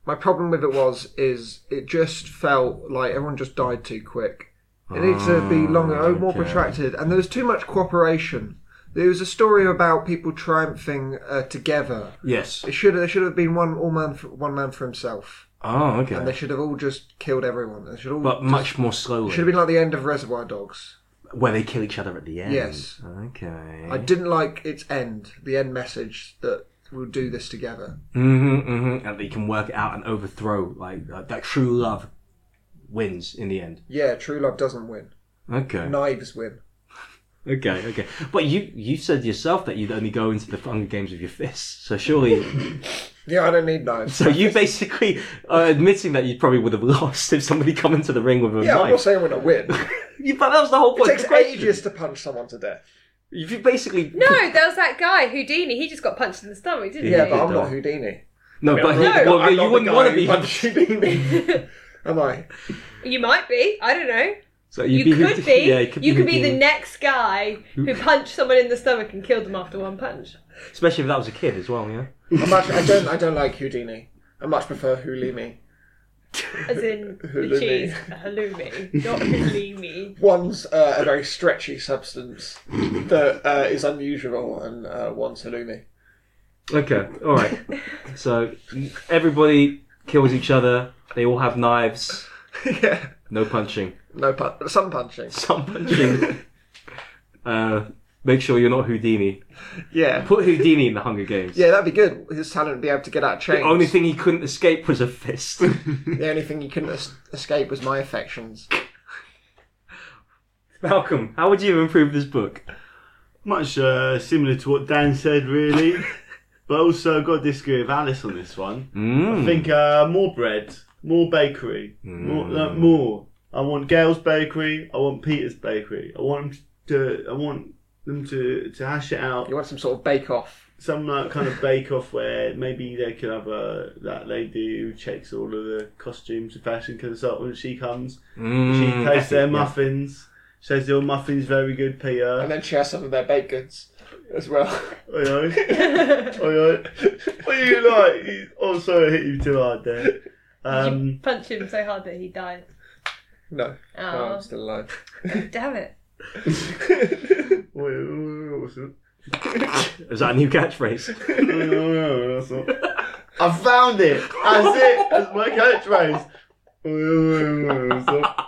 Speaker 6: My problem with it was is it just felt like everyone just died too quick. It needs to be longer, oh, more protracted, and there was too much cooperation. There was a story about people triumphing uh, together.
Speaker 1: Yes.
Speaker 6: It should there should have been one all man for, one man for himself,
Speaker 1: Oh,
Speaker 6: and they
Speaker 1: okay.
Speaker 6: should have all just killed everyone. They should all
Speaker 1: But much more slowly,
Speaker 6: should have been like the end of Reservoir Dogs.
Speaker 1: where they kill each other at the end.
Speaker 6: Yes.
Speaker 1: Okay.
Speaker 6: I didn't like its end, the end message that we'll do this together.
Speaker 1: Mm-hmm, mm-hmm. And they can work it out and overthrow like uh, that. True love wins in the end.
Speaker 6: Yeah, true love doesn't win.
Speaker 1: Okay.
Speaker 6: Knives win.
Speaker 1: Okay, okay. But you you said yourself that you'd only go into the Hunger Games with your fists, so surely.
Speaker 6: Yeah, I don't need knives.
Speaker 1: so you basically are admitting that you probably would have lost if somebody come into the ring with a
Speaker 6: Yeah, I'm not
Speaker 1: knife.
Speaker 6: saying we're not win.
Speaker 1: You, but that was the whole
Speaker 6: It
Speaker 1: point. of
Speaker 6: takes
Speaker 1: the question.
Speaker 6: ages to punch someone to death.
Speaker 1: If you basically
Speaker 5: No, there was that guy Houdini. He just got punched in the stomach, didn't
Speaker 6: Yeah,
Speaker 5: he?
Speaker 6: but I'm
Speaker 1: though.
Speaker 6: not Houdini.
Speaker 1: no, but
Speaker 6: I'm
Speaker 1: he-
Speaker 6: not the
Speaker 1: well,
Speaker 6: guy- I'm not
Speaker 1: you
Speaker 6: the
Speaker 1: wouldn't
Speaker 6: guy
Speaker 1: want to
Speaker 6: who
Speaker 1: be.
Speaker 6: punched Houdini. Am I?
Speaker 5: You might be. I don't know.
Speaker 1: So
Speaker 5: You
Speaker 1: you'd
Speaker 5: could be.
Speaker 1: Yeah,
Speaker 5: you could be the
Speaker 1: Houdini.
Speaker 5: next guy who punched someone in the stomach and killed them after one punch.
Speaker 1: Especially if that was a kid as well. Yeah.
Speaker 6: I'm actually, I don't. I don't like Houdini. I much prefer Hulimi.
Speaker 5: As in the
Speaker 6: Halloumi.
Speaker 5: cheese halloumi, not halloumi.
Speaker 6: One's uh, a very stretchy substance that uh, is unusual, and uh, one's Hulimi.
Speaker 1: Okay. All right. so everybody kills each other. They all have knives.
Speaker 6: yeah,
Speaker 1: No punching.
Speaker 6: no pun- some punching.
Speaker 1: Some punching. uh, make sure you're not Houdini.
Speaker 6: Yeah,
Speaker 1: Put Houdini in the Hunger Games.
Speaker 6: yeah, that'd be good. His talent would be able to get out of chains.
Speaker 1: The only thing he couldn't escape was a fist.
Speaker 6: the only thing he couldn't es- escape was my affections.
Speaker 1: Malcolm, how would you improve this book?
Speaker 4: Much uh, similar to what Dan said, really. but also, I've got to disagree with Alice on this one. I think uh, more bread, more bakery, more. Like, more. I want Gail's bakery. I want Peter's bakery. I want 'em to. I want them to to hash it out.
Speaker 6: You want some sort of bake off.
Speaker 4: some like kind of bake off where maybe they could have a that lady who checks all of the costumes and fashion consultant when she comes.
Speaker 1: Mm.
Speaker 4: she tastes their muffins. Says your muffins very good,
Speaker 6: And
Speaker 4: Peter.
Speaker 6: then share some of their baked goods as well.
Speaker 4: Oi, oi. Oi, oi. What do you like? Oh, sorry, I hit you too hard there. Um,
Speaker 5: Punched him so hard that he died.
Speaker 6: no. No,
Speaker 5: Oh,
Speaker 6: I'm still alive.
Speaker 5: damn it!
Speaker 4: oi, oi, oi, what's that?
Speaker 1: Is that a new catchphrase?
Speaker 4: Oi, oi, oi, oi, what's that? I found it. That's it. That's my catchphrase. Oi, oi, oi, oi, what's that?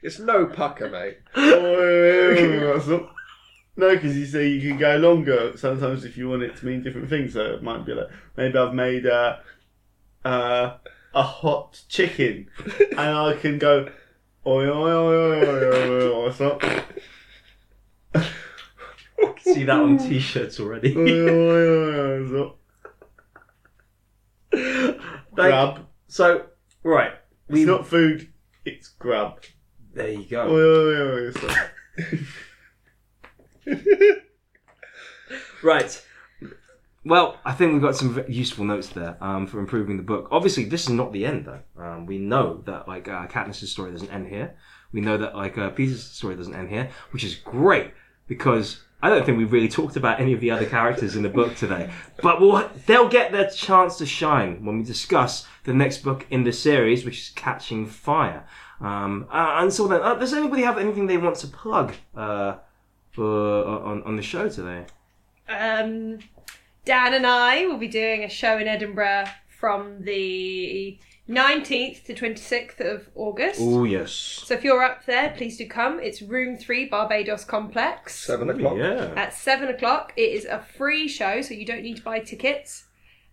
Speaker 6: It's no pucker, mate.
Speaker 4: no, because you say you can go longer sometimes if you want it to mean different things. So it might be like maybe I've made uh, uh, a hot chicken, and I can go oi oi oi oi oi oi, oi what's up? Oi
Speaker 1: See that on t-shirts already.
Speaker 4: oi oi oi what's up?
Speaker 1: Thank-
Speaker 4: Grub.
Speaker 1: So, right.
Speaker 4: It's not food. It's grub.
Speaker 1: There you
Speaker 4: Oi oi
Speaker 1: go.
Speaker 4: oi oi what's up?
Speaker 1: Right. Well, I think we've got some v- useful notes there um, for improving the book. Obviously, this is not the end, though. Um, we know that like uh, Katniss's story doesn't end here. We know that like uh, Peter's story doesn't end here, which is great because I don't think we've really talked about any of the other characters in the book today. But we'll, they'll get their chance to shine when we discuss the next book in the series, which is Catching Fire. Um, uh, until then, uh, does anybody have anything they want to plug uh, for uh, on on the show today?
Speaker 5: um, Dan and I will be doing a show in Edinburgh from the 19th to 26th of August.
Speaker 1: Oh yes.
Speaker 5: So if you're up there, please do come. It's Room 3 Barbados Complex.
Speaker 6: Seven o'clock.
Speaker 1: Oh, Yeah.
Speaker 5: at seven o'clock. It is a free show, so you don't need to buy tickets.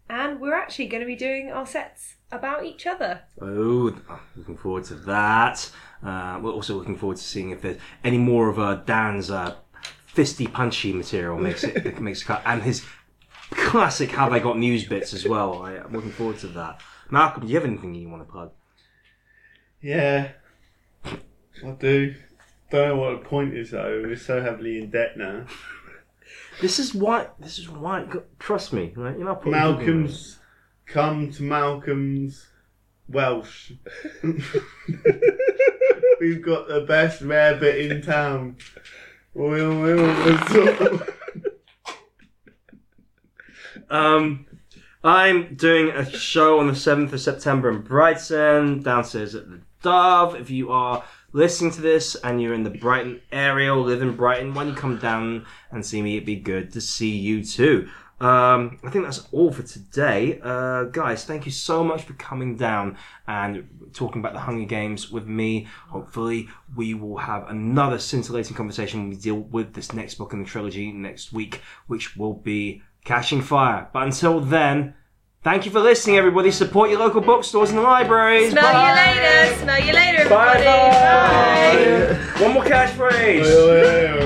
Speaker 5: And we're actually going to be doing our sets about each other.
Speaker 1: Oh, th- oh, looking forward to that. Uh, we're also looking forward to seeing if there's any more of uh, Dan's uh, fisty punchy material makes it makes a cut, and his classic "Have I Got News" bits as well. I, I'm looking forward to that. Malcolm, do you have anything you want to plug?
Speaker 4: Yeah, I do. Don't know what the point is though. We're so heavily in debt now.
Speaker 1: This is why. This is why. go- Trust me. Right? You're not putting-
Speaker 4: Malcolm's come to Malcolm's Welsh. We've got the best rarebit in town. We'll, we'll, we'll
Speaker 1: Um, I'm doing a show on the 7th of September in Brighton, downstairs at the Dove. If you are listening to this and you're in the Brighton area or live in Brighton, when you come down and see me, it'd be good to see you too. Um, I think that's all for today. Uh, guys, thank you so much for coming down and talking about the Hunger Games with me. Hopefully, we will have another scintillating conversation when we deal with this next book in the trilogy next week, which will be Catching Fire. But until then, thank you for listening, everybody. Support your local bookstores and libraries.
Speaker 5: Smell
Speaker 1: Bye.
Speaker 5: you later. Smell you later,
Speaker 1: Bye.
Speaker 5: everybody.
Speaker 1: Bye. One more catchphrase.
Speaker 4: we'll.